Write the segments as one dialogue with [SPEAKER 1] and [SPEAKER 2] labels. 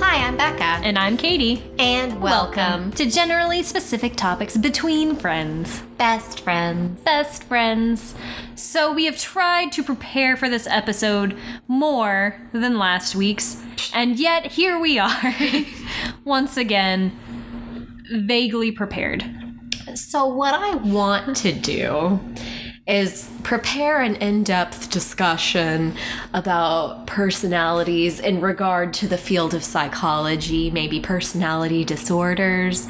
[SPEAKER 1] Becca.
[SPEAKER 2] And I'm Katie.
[SPEAKER 1] And welcome,
[SPEAKER 2] to generally specific topics between friends,
[SPEAKER 1] best friends.
[SPEAKER 2] best friends. So, we have tried to prepare for this episode more than last week's, and yet here we are, once again, vaguely prepared.
[SPEAKER 1] So, what I want to do is prepare an in depth discussion about personalities in regard to the field of psychology, maybe personality disorders.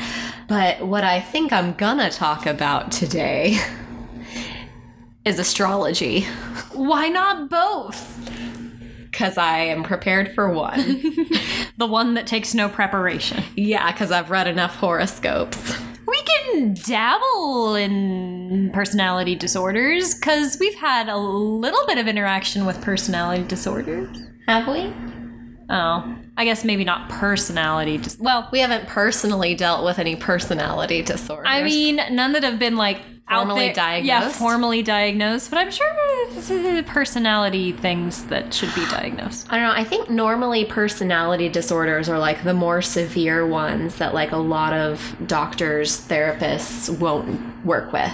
[SPEAKER 1] But what I think I'm gonna talk about today is astrology,
[SPEAKER 2] Why not both?
[SPEAKER 1] because I am prepared for one.
[SPEAKER 2] The one that takes no preparation.
[SPEAKER 1] yeah, because I've read enough horoscopes.
[SPEAKER 2] We can dabble in personality disorders because we've had a little bit of interaction with personality disorders.
[SPEAKER 1] Have we?
[SPEAKER 2] Oh, I guess maybe not personality. Just well,
[SPEAKER 1] We haven't personally dealt with any personality disorders.
[SPEAKER 2] I mean, none that have been like
[SPEAKER 1] Formally
[SPEAKER 2] out there, Yeah,
[SPEAKER 1] diagnosed?
[SPEAKER 2] formally diagnosed, but I'm sure this is personality things that should be diagnosed.
[SPEAKER 1] I don't know. I think normally personality disorders are like the more severe ones that like a lot of doctors, therapists won't work with.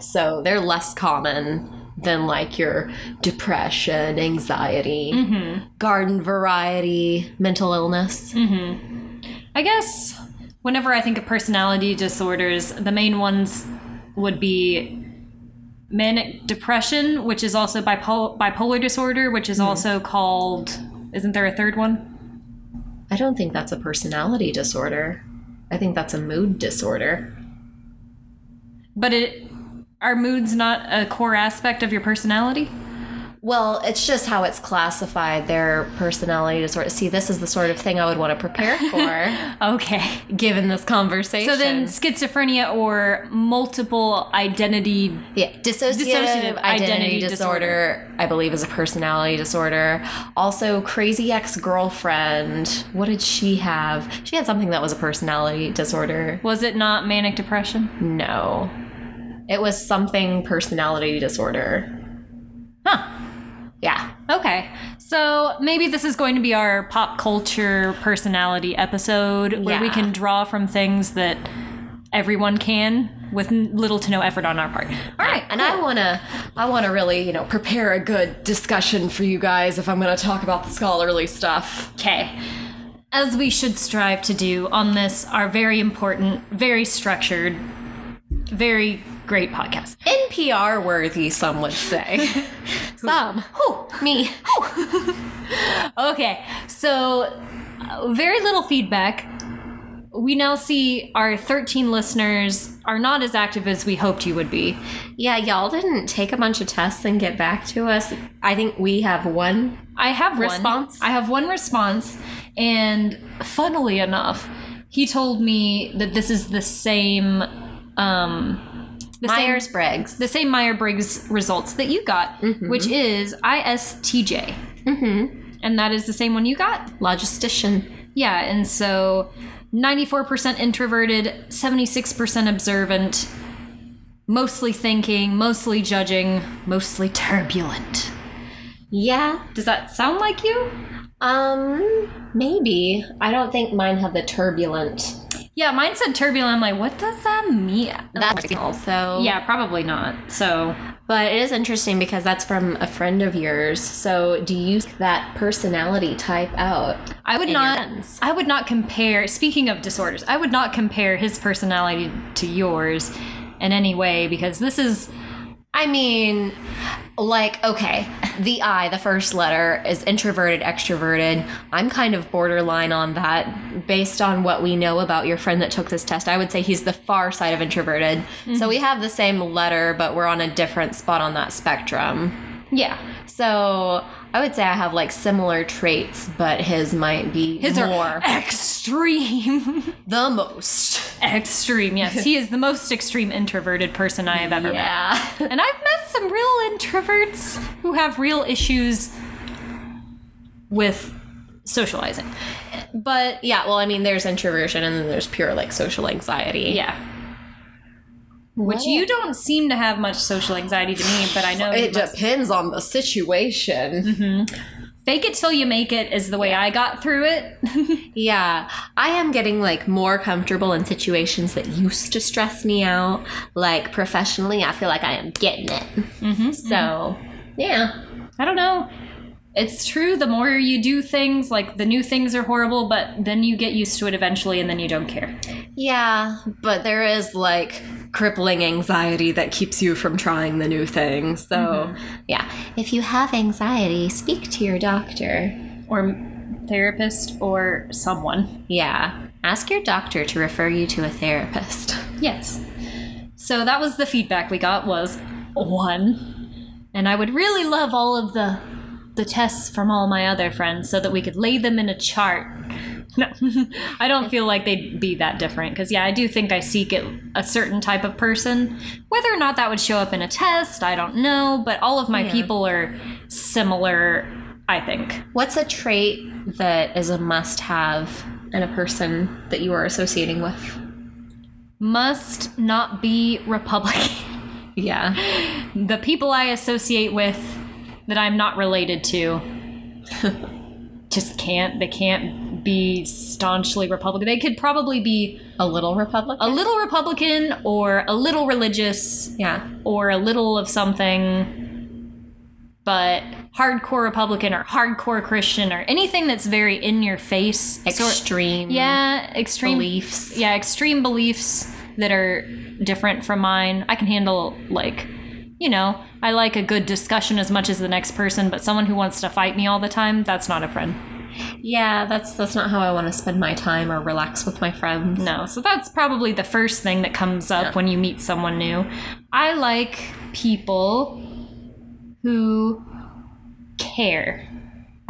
[SPEAKER 1] So they're less common than like your depression, anxiety,
[SPEAKER 2] Mm-hmm.
[SPEAKER 1] garden variety, mental illness.
[SPEAKER 2] Mm. I guess whenever I think of personality disorders, the main ones would be manic depression, which is also bipol- bipolar disorder, which is also called. Isn't there a third one?
[SPEAKER 1] I don't think that's a personality disorder. I think that's a mood disorder.
[SPEAKER 2] But it are moods not a core aspect of your personality?
[SPEAKER 1] Well, it's just how it's classified, their personality disorder. See, this is the sort of thing I would want to prepare for
[SPEAKER 2] Okay.
[SPEAKER 1] given this conversation.
[SPEAKER 2] So then schizophrenia or multiple identity.
[SPEAKER 1] Yeah, dissociative, identity,
[SPEAKER 2] Dissociative identity
[SPEAKER 1] disorder, I believe, is a personality disorder. Also, crazy ex girlfriend. What did she have? She had something that was a personality disorder.
[SPEAKER 2] Was it not manic depression?
[SPEAKER 1] No, it was something personality disorder.
[SPEAKER 2] Huh.
[SPEAKER 1] Yeah.
[SPEAKER 2] Okay. So maybe this is going to be our pop culture personality episode where we
[SPEAKER 1] Yeah.
[SPEAKER 2] can draw from things that everyone can with n- little to no effort on our part.
[SPEAKER 1] All right, and I wanna, I wanna really, you know, prepare a good discussion for you guys if I'm gonna talk about the scholarly stuff.
[SPEAKER 2] Okay. As we should strive to do on this, our very important, very structured, very great podcast.
[SPEAKER 1] NPR worthy, some would say. some.
[SPEAKER 2] Whew.
[SPEAKER 1] Me.
[SPEAKER 2] Okay, so uh, very little feedback. We now see our 13 listeners are not as active as we hoped you would be.
[SPEAKER 1] Yeah, y'all didn't take a bunch of tests and get back to us. I think we have one.
[SPEAKER 2] I have
[SPEAKER 1] Response?
[SPEAKER 2] One, I have one response, and funnily enough, he told me that this is the same, um, the
[SPEAKER 1] Myers
[SPEAKER 2] same
[SPEAKER 1] Briggs.
[SPEAKER 2] the same Meyer Briggs results that you got, which is ISTJ,
[SPEAKER 1] Mm-hmm.
[SPEAKER 2] and that is the same one you got.
[SPEAKER 1] Logistician.
[SPEAKER 2] Yeah, and so 94% introverted, 76% observant, mostly thinking, mostly judging, mostly turbulent.
[SPEAKER 1] Yeah.
[SPEAKER 2] Does that sound like you?
[SPEAKER 1] Um, maybe. I don't think mine had the turbulent.
[SPEAKER 2] Yeah, mine said turbulent. I'm like, what does that mean?
[SPEAKER 1] That's also.
[SPEAKER 2] yeah, probably not. So,
[SPEAKER 1] But it is interesting because that's from a friend of yours. So do you seek that personality type out?
[SPEAKER 2] I would
[SPEAKER 1] your
[SPEAKER 2] not
[SPEAKER 1] friends.
[SPEAKER 2] I would not compare speaking of disorders, I would not compare his personality to yours in any way because this is
[SPEAKER 1] I mean, like, okay, the I, the first letter, is introverted, extroverted. I'm kind of borderline on that. Based on what we know about your friend that took this test, I would say he's the far side of introverted. So we have the same letter, but we're on a different spot on that spectrum.
[SPEAKER 2] yeah.
[SPEAKER 1] So I would say I have like similar traits, but his might be
[SPEAKER 2] His
[SPEAKER 1] more
[SPEAKER 2] are extreme.
[SPEAKER 1] the most.
[SPEAKER 2] Extreme, yes. He is the most extreme introverted person I have ever
[SPEAKER 1] Yeah.
[SPEAKER 2] met. And I've met some real introverts who have real issues with socializing. But
[SPEAKER 1] yeah, well, I mean, there's introversion and then there's pure like social anxiety.
[SPEAKER 2] yeah. Which you don't seem to have much social anxiety to me, but I know you
[SPEAKER 1] It Mm-hmm.
[SPEAKER 2] must-
[SPEAKER 1] depends on the situation.
[SPEAKER 2] fake it till you make it is the way I got through it.
[SPEAKER 1] Yeah, I am getting like more comfortable in situations that used to stress me out. Like professionally, I feel like I am getting it. Mm-hmm, So, yeah.
[SPEAKER 2] I don't know. It's true. The more you do things, like the new things are horrible, but then you get used to it eventually, and then you don't care.
[SPEAKER 1] Yeah, but there is like crippling anxiety that keeps you from trying the new thing. So, yeah. If you have anxiety, speak to your doctor.
[SPEAKER 2] Or therapist or someone.
[SPEAKER 1] Yeah. Ask your doctor to refer you to a therapist.
[SPEAKER 2] Yes. So that was the feedback we got was one, and I would really love all of the the tests from all my other friends so that we could lay them in a chart. No, I don't feel like they'd be that different because, yeah, I do think I seek it, a certain type of person. Whether or not that would show up in a test, I don't know, but all of my people are similar, I think.
[SPEAKER 1] What's a trait that is a must have in a person that you are associating with?
[SPEAKER 2] Must not be Republican.
[SPEAKER 1] Yeah.
[SPEAKER 2] the people I associate with that I'm not related to just can't, they can't be staunchly Republican. They could probably be
[SPEAKER 1] A little Republican?
[SPEAKER 2] a little Republican or a little religious
[SPEAKER 1] yeah.
[SPEAKER 2] or a little of something, but hardcore Republican or hardcore Christian or anything that's very in your face. sort-
[SPEAKER 1] Extreme.
[SPEAKER 2] yeah, extreme
[SPEAKER 1] Beliefs.
[SPEAKER 2] Yeah, extreme beliefs that are different from mine. I can handle like, you know, I like a good discussion as much as the next person, but someone who wants to fight me all the time, that's not a friend.
[SPEAKER 1] Yeah, that's that's not how I want to spend my time or relax with my friends.
[SPEAKER 2] No. So that's probably the first thing that comes up when you meet someone new. I like people who care.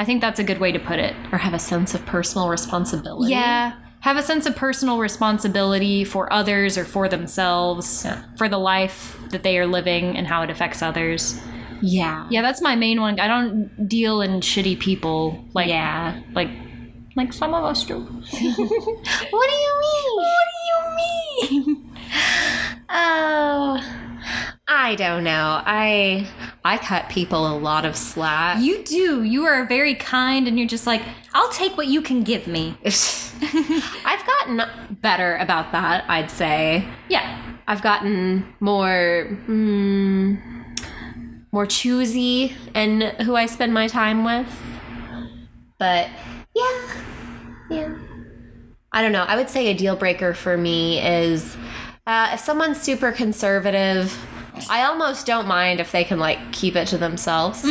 [SPEAKER 2] I think that's a good way to put it.
[SPEAKER 1] Or have a sense of personal responsibility.
[SPEAKER 2] Yeah. Have a sense of personal responsibility for others or for themselves,
[SPEAKER 1] Yeah.
[SPEAKER 2] for the life that they are living and how it affects others.
[SPEAKER 1] Yeah.
[SPEAKER 2] Yeah, that's my main one. I don't deal in shitty people like
[SPEAKER 1] Yeah.
[SPEAKER 2] like like some of us do.
[SPEAKER 1] What do you mean? What do you mean? oh I don't know. I I cut people a lot of slack.
[SPEAKER 2] You do. You are very kind and you're just like, I'll take what you can give me.
[SPEAKER 1] I've gotten better about that, I'd say.
[SPEAKER 2] Yeah.
[SPEAKER 1] I've gotten more mm, more choosy in who I spend my time with. But yeah, yeah. I don't know. I would say a deal breaker for me is uh, if someone's super conservative. I almost don't mind if they can like keep it to themselves.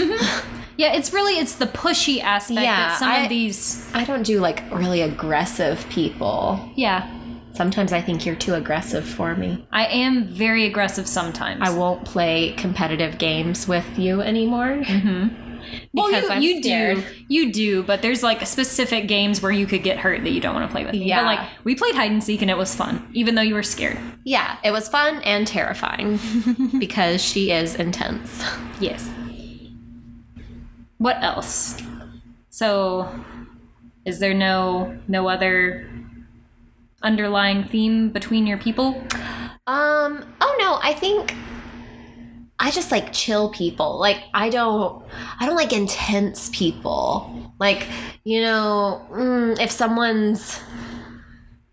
[SPEAKER 2] Yeah, it's really it's the pushy aspect
[SPEAKER 1] Yeah,
[SPEAKER 2] that some
[SPEAKER 1] I-
[SPEAKER 2] of these
[SPEAKER 1] I don't do like really aggressive people.
[SPEAKER 2] Yeah.
[SPEAKER 1] Sometimes I think you're too aggressive for me.
[SPEAKER 2] I am very aggressive sometimes.
[SPEAKER 1] I won't play competitive games with you anymore.
[SPEAKER 2] Well,
[SPEAKER 1] Mm-hmm. because
[SPEAKER 2] you,
[SPEAKER 1] I'm
[SPEAKER 2] you
[SPEAKER 1] scared.
[SPEAKER 2] do, you do, but there's like specific games where you could get hurt that you don't want to play with. me.
[SPEAKER 1] Yeah.
[SPEAKER 2] but like we played hide and seek and it was fun, even though you were scared.
[SPEAKER 1] Yeah, it was fun and terrifying because she is intense.
[SPEAKER 2] Yes. What else? So, is there no no other underlying theme between your people?
[SPEAKER 1] Um, oh no, I think I just like chill people. Like I don't I don't like intense people. Like, you know, mm, if someone's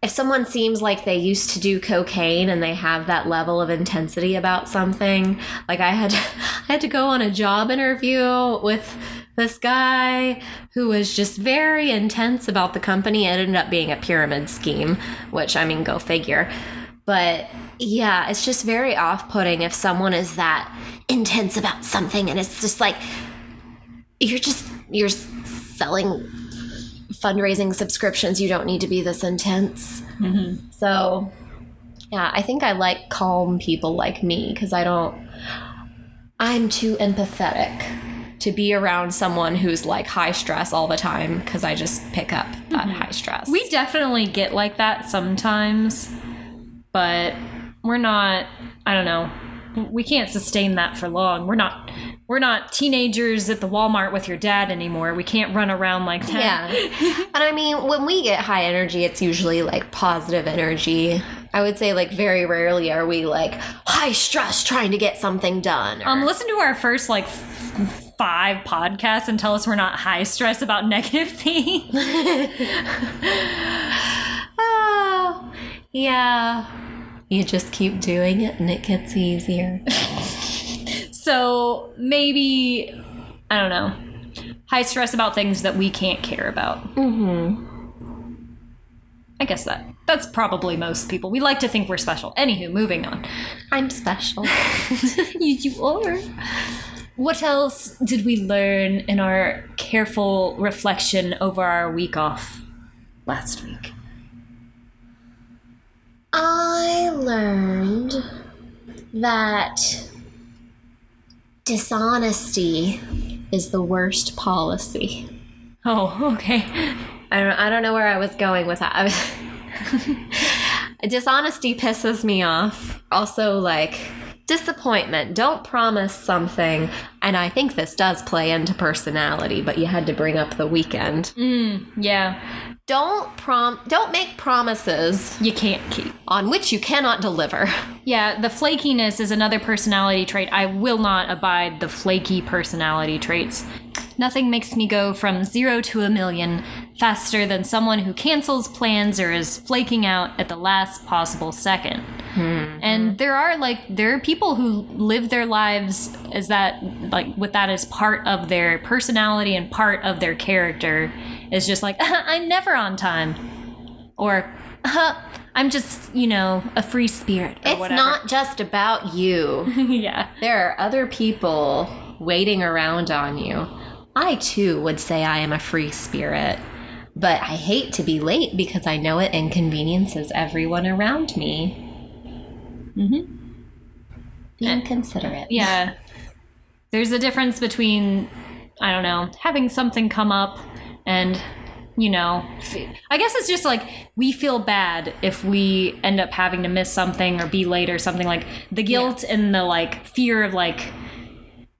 [SPEAKER 1] if someone seems like they used to do cocaine and they have that level of intensity about something, like I had I had to go on a job interview with this guy who was just very intense about the company. It ended up being a pyramid scheme, which I mean go figure. But yeah, it's just very off-putting if someone is that intense about something and it's just like you're just you're selling fundraising subscriptions you don't need to be this intense so yeah i think i like calm people like me because i don't i'm too empathetic to be around someone who's like high stress all the time because i just pick up that high stress
[SPEAKER 2] We definitely get like that sometimes, but we're not. I don't know. We can't sustain that for long. We're not. We're not teenagers at the Walmart with your dad anymore. We can't run around like
[SPEAKER 1] yeah
[SPEAKER 2] that.
[SPEAKER 1] and i mean when we get high energy it's usually like positive energy i would say like very rarely are we like high stress trying to get something done or-
[SPEAKER 2] Um, listen to our first like f- five podcasts and tell us we're not high stress about negative things.
[SPEAKER 1] Oh, yeah. You just keep doing it and it gets easier.
[SPEAKER 2] so maybe, I don't know, high stress about things that we can't care about.
[SPEAKER 1] Mm-hmm.
[SPEAKER 2] I guess that that's probably most people. We like to think we're special. Anywho, moving on.
[SPEAKER 1] I'm special.
[SPEAKER 2] you, you are. What else did we learn in our careful reflection over our week off last week?
[SPEAKER 3] I learned that dishonesty is the worst policy.
[SPEAKER 2] Oh, okay.
[SPEAKER 1] I don't, I don't know where I was going with that. I was Dishonesty pisses me off. Also, like, disappointment. Don't promise something. And I think this does play into personality, but you had to bring up the weekend.
[SPEAKER 2] Mm, yeah,
[SPEAKER 1] Don't prom don't make promises
[SPEAKER 2] you can't keep.
[SPEAKER 1] on which you cannot deliver.
[SPEAKER 2] Yeah, the flakiness is another personality trait. I will not abide the flaky personality traits. Nothing makes me go from zero to a million faster than someone who cancels plans or is flaking out at the last possible 2nd
[SPEAKER 1] Hmm.
[SPEAKER 2] And there are like there are people who live their lives as that like with that as part of their personality and part of their character is just like "Uh-huh, I'm never on time or "Uh-huh, I'm just you know a free spirit. Or
[SPEAKER 1] It's
[SPEAKER 2] whatever.
[SPEAKER 1] not just about you.
[SPEAKER 2] yeah.
[SPEAKER 1] There are other people waiting around on you. I too would say I am a free spirit, but I hate to be late because I know it inconveniences everyone around me.
[SPEAKER 2] Mm-hmm.
[SPEAKER 1] Be inconsiderate.
[SPEAKER 2] Yeah. There's a difference between, I don't know, having something come up and, you know, I guess it's just like we feel bad if we end up having to miss something or be late or something like the guilt and the like fear of like,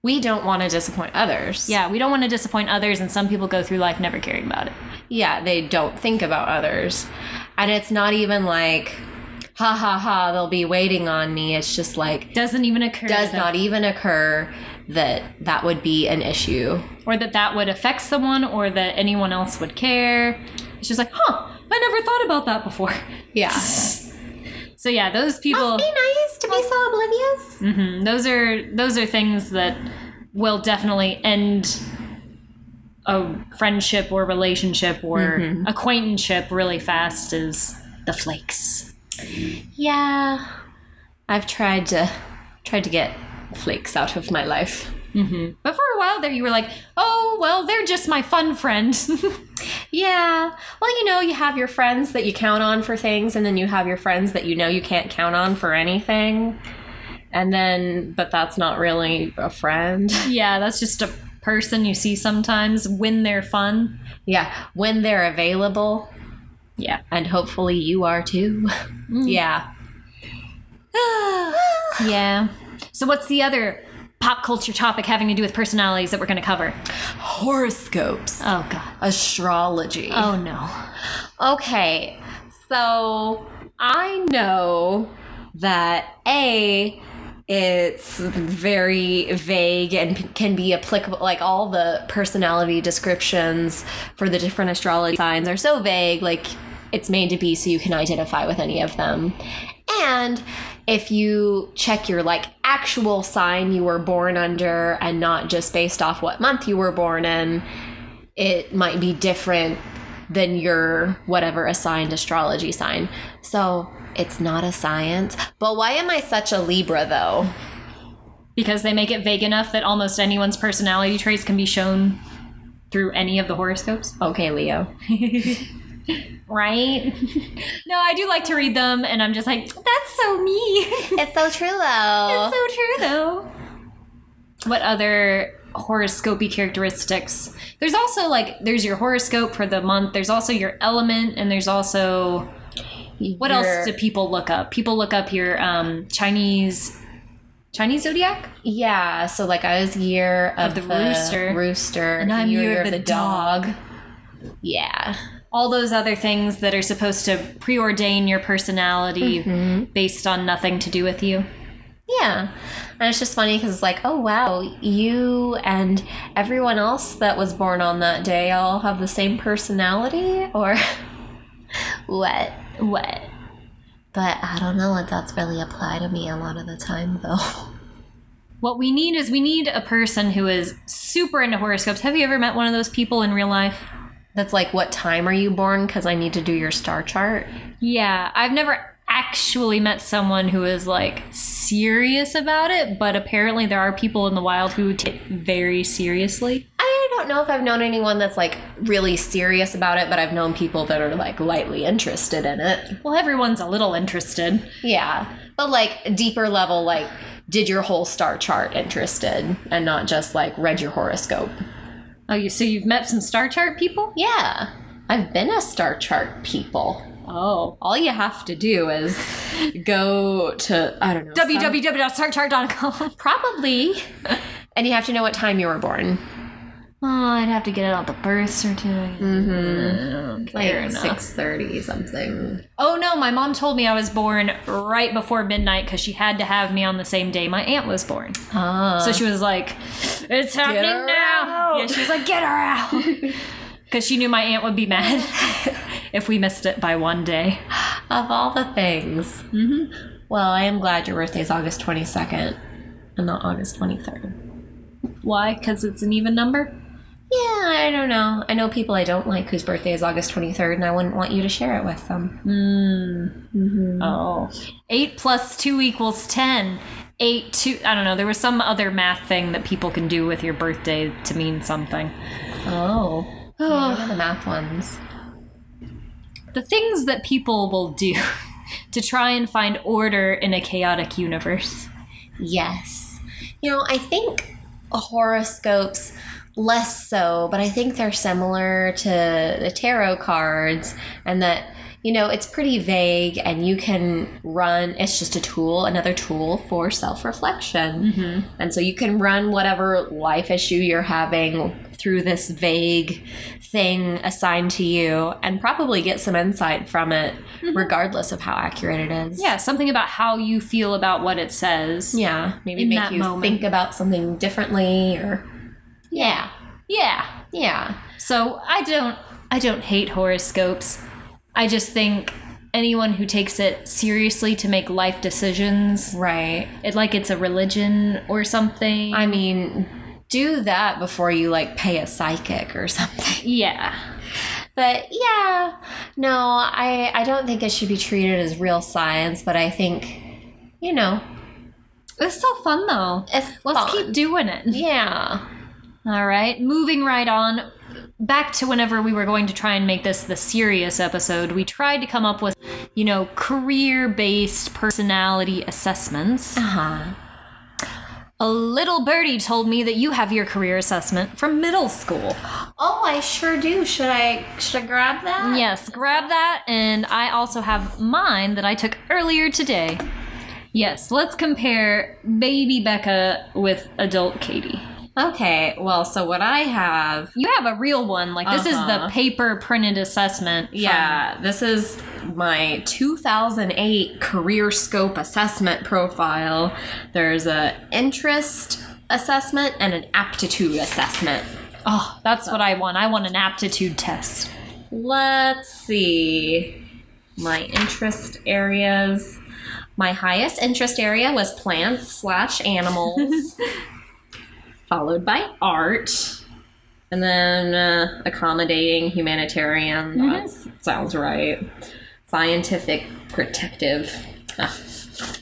[SPEAKER 1] We don't want to disappoint others.
[SPEAKER 2] yeah, we don't want to disappoint others. And some people go through life never caring about it.
[SPEAKER 1] Yeah, they don't think about others. And it's not even like, ha ha ha, they'll be waiting on me. It's just like,
[SPEAKER 2] Doesn't even occur. to
[SPEAKER 1] does
[SPEAKER 2] them.
[SPEAKER 1] not even occur that that would be an issue.
[SPEAKER 2] or that that would affect someone or that anyone else would care. It's just like, huh, I never thought about that before.
[SPEAKER 1] Yeah.
[SPEAKER 2] So yeah, those people,
[SPEAKER 1] Be nice to be so oblivious.
[SPEAKER 2] mhm, those are those are things that will definitely end a friendship or relationship or acquaintanceship really fast. Is the flakes?
[SPEAKER 1] Yeah. I've tried to tried to get flakes out of my life.
[SPEAKER 2] But for a while there, you were like, oh well, they're just my fun friend.
[SPEAKER 1] Yeah. Well, you know, you have your friends that you count on for things and then you have your friends that you know you can't count on for anything. And then but that's not really a friend.
[SPEAKER 2] yeah, that's just a person you see sometimes when they're fun.
[SPEAKER 1] Yeah, when they're available
[SPEAKER 2] Yeah.
[SPEAKER 1] and hopefully you are too. Yeah.
[SPEAKER 2] Yeah. So what's the other pop culture topic having to do with personalities that we're going to cover?
[SPEAKER 1] Horoscopes,
[SPEAKER 2] Oh god.
[SPEAKER 1] astrology.
[SPEAKER 2] Oh no.
[SPEAKER 1] Okay, so I know that A, it's very vague and p- can be applicable, like all the personality descriptions for the different astrology signs are so vague, like it's made to be so you can identify with any of them. And if you check your like actual sign you were born under and not just based off what month you were born in, it might be different than your whatever assigned astrology sign. So it's not a science. But why am I such a Libra though?
[SPEAKER 2] Because they make it vague enough that almost anyone's personality traits can be shown through any of the horoscopes,
[SPEAKER 1] Okay, Leo.
[SPEAKER 2] right? no, I do like to read them and I'm just like, that's so me.
[SPEAKER 1] It's so true though.
[SPEAKER 2] so true though. What other horoscopy characteristics? There's also like there's your horoscope for the month, there's also your element and there's also What else do people look up? People look up your um, Chinese Chinese zodiac.
[SPEAKER 1] Yeah, so like I was year of,
[SPEAKER 2] the rooster.
[SPEAKER 1] rooster,
[SPEAKER 2] And I'm year of the
[SPEAKER 1] Yeah.
[SPEAKER 2] All those other things that are
[SPEAKER 1] Mm-hmm.
[SPEAKER 2] supposed to preordain your personality based on nothing to do with you.
[SPEAKER 1] Yeah. And it's just funny because it's like, oh, wow, you and everyone else that was born on that day all have the same personality? Or what? What? But I don't know if that's really apply to me a lot of the time, though.
[SPEAKER 2] What we need is we need a person who is super into horoscopes. Have you ever met one of those people in real life?
[SPEAKER 1] That's like, what time are you born? Because I need to do your star chart.
[SPEAKER 2] Yeah, I've never actually met someone who is like serious about it, but apparently there are people in the wild who take it very seriously.
[SPEAKER 1] I don't know if I've known anyone that's like really serious about it, but I've known people that are like lightly interested in it.
[SPEAKER 2] Well, everyone's a little interested.
[SPEAKER 1] Yeah. But like deeper level, like did your whole star chart interested and not just like read your horoscope.
[SPEAKER 2] Oh, you, so you've met some star chart people?
[SPEAKER 1] Yeah. I've been a star chart people.
[SPEAKER 2] Oh.
[SPEAKER 1] All you have to do is go to I don't know. some-
[SPEAKER 2] www.starchart.com.
[SPEAKER 1] probably and you have to know what time you were born.
[SPEAKER 2] Oh, I'd have to get it on the birth certificate. Fair
[SPEAKER 1] Like
[SPEAKER 2] enough.
[SPEAKER 1] 6:30 something.
[SPEAKER 2] Mm-hmm. Oh no, my mom told me I was born right before midnight because she had to have me on the same day my aunt was born.
[SPEAKER 1] Ah.
[SPEAKER 2] So she was like, "It's happening
[SPEAKER 1] her
[SPEAKER 2] now."
[SPEAKER 1] out.
[SPEAKER 2] Yeah, she was like, "Get her out," because she knew my aunt would be mad if we missed it by one day.
[SPEAKER 1] Of all the things. Mm-hmm. Well, I am glad your birthday is August 22nd and not August 23rd.
[SPEAKER 2] Why? Because it's an even number.
[SPEAKER 1] Yeah, I don't know. I know people I don't like whose birthday is August 23rd, and I wouldn't want you to share it with them.
[SPEAKER 2] Oh. Eight plus two equals ten. Eight two. I don't know. There was some other math thing that people can do with your birthday to mean something.
[SPEAKER 1] Oh. Yeah, I know the math ones.
[SPEAKER 2] the things that people will do to try and find order in a chaotic universe.
[SPEAKER 1] Yes. You know, I think horoscopes less so, but I think they're similar to the tarot cards and that you know, it's pretty vague and you can run it's just a tool, another tool for self-reflection. And so you can run whatever life issue you're having through this vague thing assigned to you and probably get some insight from it regardless of how accurate it is.
[SPEAKER 2] Yeah, something about how you feel about what it says.
[SPEAKER 1] Yeah, maybe
[SPEAKER 2] in
[SPEAKER 1] make
[SPEAKER 2] that
[SPEAKER 1] you
[SPEAKER 2] moment.
[SPEAKER 1] think about something differently or Yeah.
[SPEAKER 2] Yeah.
[SPEAKER 1] Yeah.
[SPEAKER 2] So I don't I don't hate horoscopes. I just think anyone who takes it seriously to make life decisions,
[SPEAKER 1] Right.
[SPEAKER 2] it like it's a religion or something.
[SPEAKER 1] I mean, do that before you like pay a psychic or something.
[SPEAKER 2] yeah.
[SPEAKER 1] But yeah, no, I I don't think it should be treated as real science, but I think you know,
[SPEAKER 2] It's so fun though.
[SPEAKER 1] it's fun.
[SPEAKER 2] Let's keep doing it.
[SPEAKER 1] Yeah.
[SPEAKER 2] All right, moving right on. Back to whenever we were going to try and make this the serious episode, we tried to come up with, you know, career based personality assessments.
[SPEAKER 1] Uh-huh.
[SPEAKER 2] A little birdie told me that you have your career assessment from middle school.
[SPEAKER 1] Oh, I sure do. Should I should I grab that?
[SPEAKER 2] Yes, grab that. And I also have mine that I took earlier today. Yes, let's compare baby Becca with adult Katie.
[SPEAKER 1] Okay. Well, so what I have
[SPEAKER 2] You have a real one. Like, this is the
[SPEAKER 1] Uh-huh.
[SPEAKER 2] paper printed assessment. from-
[SPEAKER 1] Yeah, this is my 2008 career scope assessment profile. There's a interest assessment and an aptitude assessment.
[SPEAKER 2] Oh, that's what I want. I want an aptitude test.
[SPEAKER 1] Let's see. My interest areas. My highest interest area was plants slash animals, followed by art, and then uh, accommodating humanitarian. That sounds right. Scientific protective. Ah,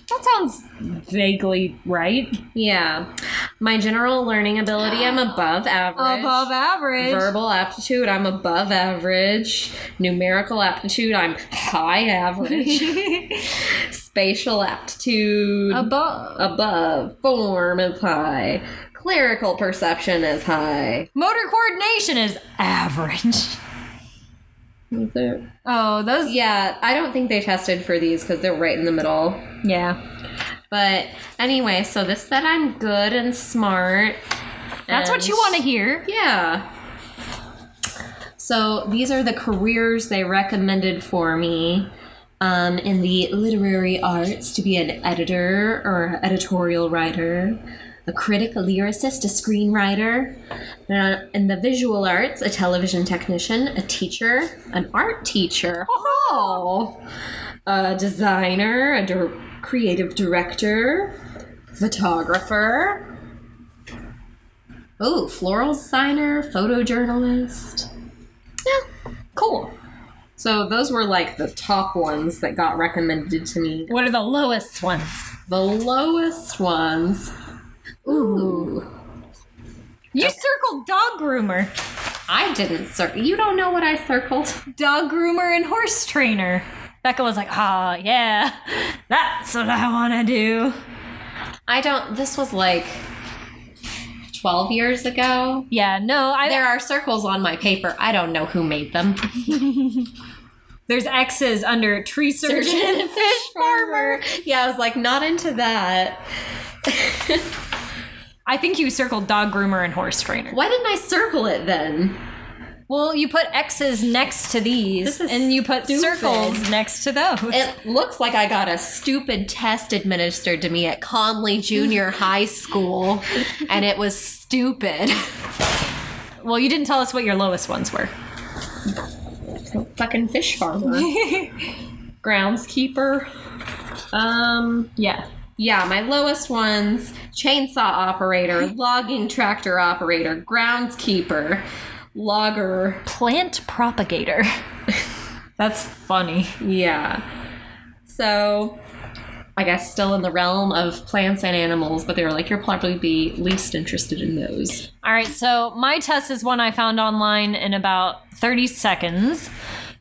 [SPEAKER 2] That sounds vaguely right.
[SPEAKER 1] yeah. My general learning ability, I'm above average.
[SPEAKER 2] average.
[SPEAKER 1] Verbal aptitude, I'm above average. Numerical aptitude, I'm high average. Spatial aptitude,
[SPEAKER 2] Above.
[SPEAKER 1] above. Form is high. Clerical perception is high.
[SPEAKER 2] Motor coordination is average.
[SPEAKER 1] Is there-
[SPEAKER 2] Oh, those.
[SPEAKER 1] Yeah, I don't think they tested for these because they're right in the middle.
[SPEAKER 2] Yeah.
[SPEAKER 1] But anyway, so this said I'm good and smart.
[SPEAKER 2] That's what
[SPEAKER 1] and-
[SPEAKER 2] you want to hear.
[SPEAKER 1] Yeah. So these are the careers they recommended for me. um, in the literary arts to be an editor or editorial writer, a critic, a lyricist, a screenwriter. Uh, in the visual arts, a television technician, a teacher, an art teacher. Oh! A designer, a dir- creative director, photographer. Oh, floral designer, photojournalist. Yeah, cool. So those were like the top ones that got recommended to me.
[SPEAKER 2] What are the lowest ones?
[SPEAKER 1] The lowest ones. Ooh,
[SPEAKER 2] You circled dog groomer,
[SPEAKER 1] I didn't circle. You don't know what I circled.
[SPEAKER 2] dog groomer, and horse trainer. Becca was like, ah, yeah, that's what I want to do.
[SPEAKER 1] I don't. This was like twelve years ago.
[SPEAKER 2] Yeah, no, I,
[SPEAKER 1] There are circles on my paper. I don't know who made them.
[SPEAKER 2] there's X's under tree surgeon.
[SPEAKER 1] fish farmer. Yeah, I was like not into that.
[SPEAKER 2] I think you circled dog groomer and horse trainer.
[SPEAKER 1] Why didn't I circle it then?
[SPEAKER 2] Well, you put X's next to these,
[SPEAKER 1] This is
[SPEAKER 2] and you put
[SPEAKER 1] stupid.
[SPEAKER 2] circles next to those.
[SPEAKER 1] It looks like I got a stupid test administered to me at Conley Junior High School, and it was stupid.
[SPEAKER 2] well, you didn't tell us what your lowest ones were.
[SPEAKER 1] Fucking fish farmer. Groundskeeper. Um,
[SPEAKER 2] Yeah.
[SPEAKER 1] yeah, my lowest ones chainsaw operator, logging tractor operator, groundskeeper, logger.
[SPEAKER 2] Plant propagator. That's funny.
[SPEAKER 1] Yeah. So, I guess still in the realm of plants and animals, but they were like, you'll probably be least interested in those.
[SPEAKER 2] All right, so my test is one I found online in about 30 seconds.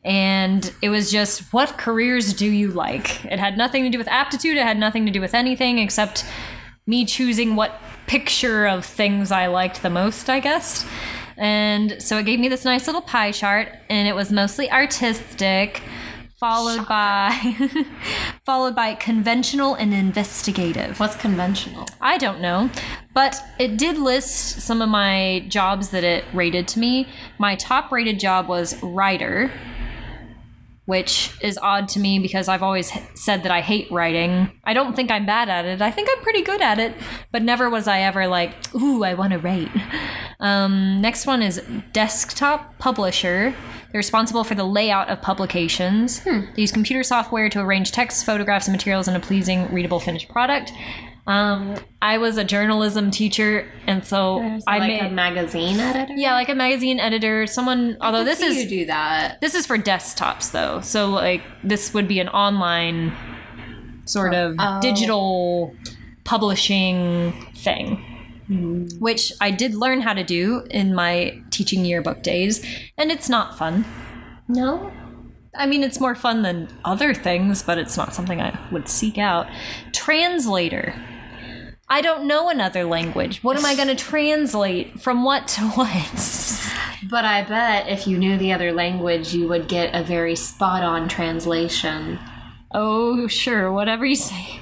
[SPEAKER 2] And it was just, what careers do you like? It had nothing to do with aptitude, it had nothing to do with anything except me choosing what picture of things I liked the most, I guess. And so it gave me this nice little pie chart, and it was mostly artistic. Followed by, followed by conventional and investigative.
[SPEAKER 1] What's conventional?
[SPEAKER 2] I don't know, but it did list some of my jobs that it rated to me. My top rated job was writer, which is odd to me because I've always h- said that I hate writing. I don't think I'm bad at it. I think I'm pretty good at it, but never was I ever like, ooh, I want to write. Um, next one is desktop publisher. They're responsible for the layout of publications.
[SPEAKER 1] Hmm.
[SPEAKER 2] They use computer software to arrange texts, photographs, and materials in a pleasing, readable, finished product. Um, I was a journalism teacher, and so I
[SPEAKER 1] like
[SPEAKER 2] made
[SPEAKER 1] a magazine editor.
[SPEAKER 2] yeah, like a magazine editor. Someone, although this is
[SPEAKER 1] you do that
[SPEAKER 2] this is for desktops though so like this would be an online sort of
[SPEAKER 1] Oh.
[SPEAKER 2] digital publishing thing which i did learn how to do in my teaching yearbook days and it's not fun
[SPEAKER 1] no
[SPEAKER 2] i mean it's more fun than other things but it's not something i would seek out translator i don't know another language what am i going to translate from what to what
[SPEAKER 1] but i bet if you knew the other language you would get a very spot on translation
[SPEAKER 2] Oh, sure, whatever you say.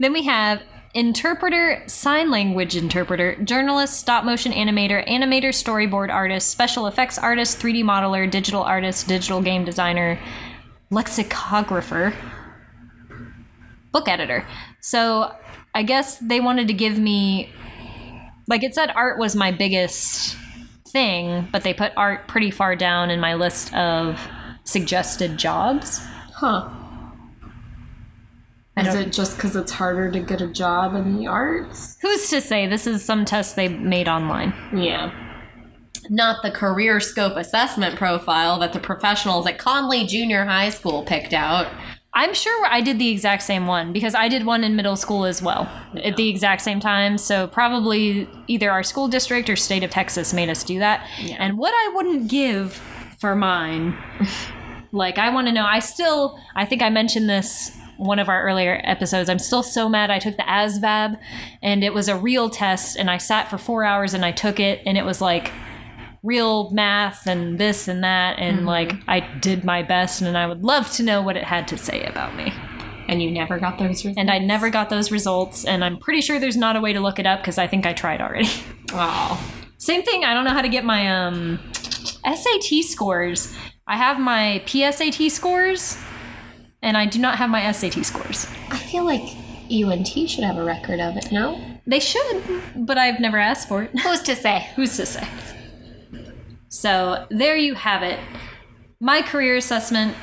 [SPEAKER 2] Then we have interpreter, sign language interpreter, journalist, stop motion animator, animator, storyboard artist, special effects artist, 3D modeler, digital artist, digital game designer, lexicographer, book editor. So I guess they wanted to give me, like it said, art was my biggest thing, but they put art pretty far down in my list of suggested jobs.
[SPEAKER 1] huh is it just because it's harder to get a job in the arts
[SPEAKER 2] Who's to say this is some test they made online?
[SPEAKER 1] yeah not the career scope assessment profile that the professionals at conley junior high school picked out
[SPEAKER 2] I'm sure I did the exact same one because I did one in middle school as well at the exact same time. So probably either our school district or state of Texas made us do that. And what I wouldn't give for mine, like I want to know. I still, I think I mentioned this one of our earlier episodes. I'm still so mad I took the ASVAB, and it was a real test, and I sat for four hours and I took it, and it was like real math and this and that and like I did my best and I would love to know what it had to say about me.
[SPEAKER 1] and you never got those results
[SPEAKER 2] And I never got those results and I'm pretty sure there's not a way to look it up cuz I think I tried already.
[SPEAKER 1] oh
[SPEAKER 2] Same thing, I don't know how to get my um SAT scores. I have my PSAT scores and I do not have my SAT scores.
[SPEAKER 1] I feel like UNT should have a record of it, no?
[SPEAKER 2] They should, but I've never asked for it.
[SPEAKER 1] Who's to say?
[SPEAKER 2] Who's to say? So there you have it. My career assessment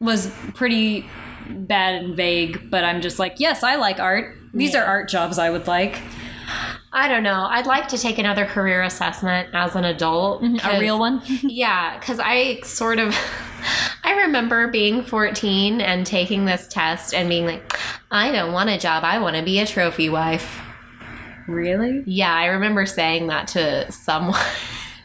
[SPEAKER 2] was pretty bad and vague, but I'm just like, yes, I like art. These are art jobs I would like.
[SPEAKER 1] I don't know. I'd like to take another career assessment as an adult.
[SPEAKER 2] A
[SPEAKER 1] 'cause-
[SPEAKER 2] real one.
[SPEAKER 1] Yeah, because I sort of. I remember being 14 and taking this test and being like, I don't want a job. I want to be a trophy wife.
[SPEAKER 2] really?
[SPEAKER 1] Yeah, I remember saying that to someone.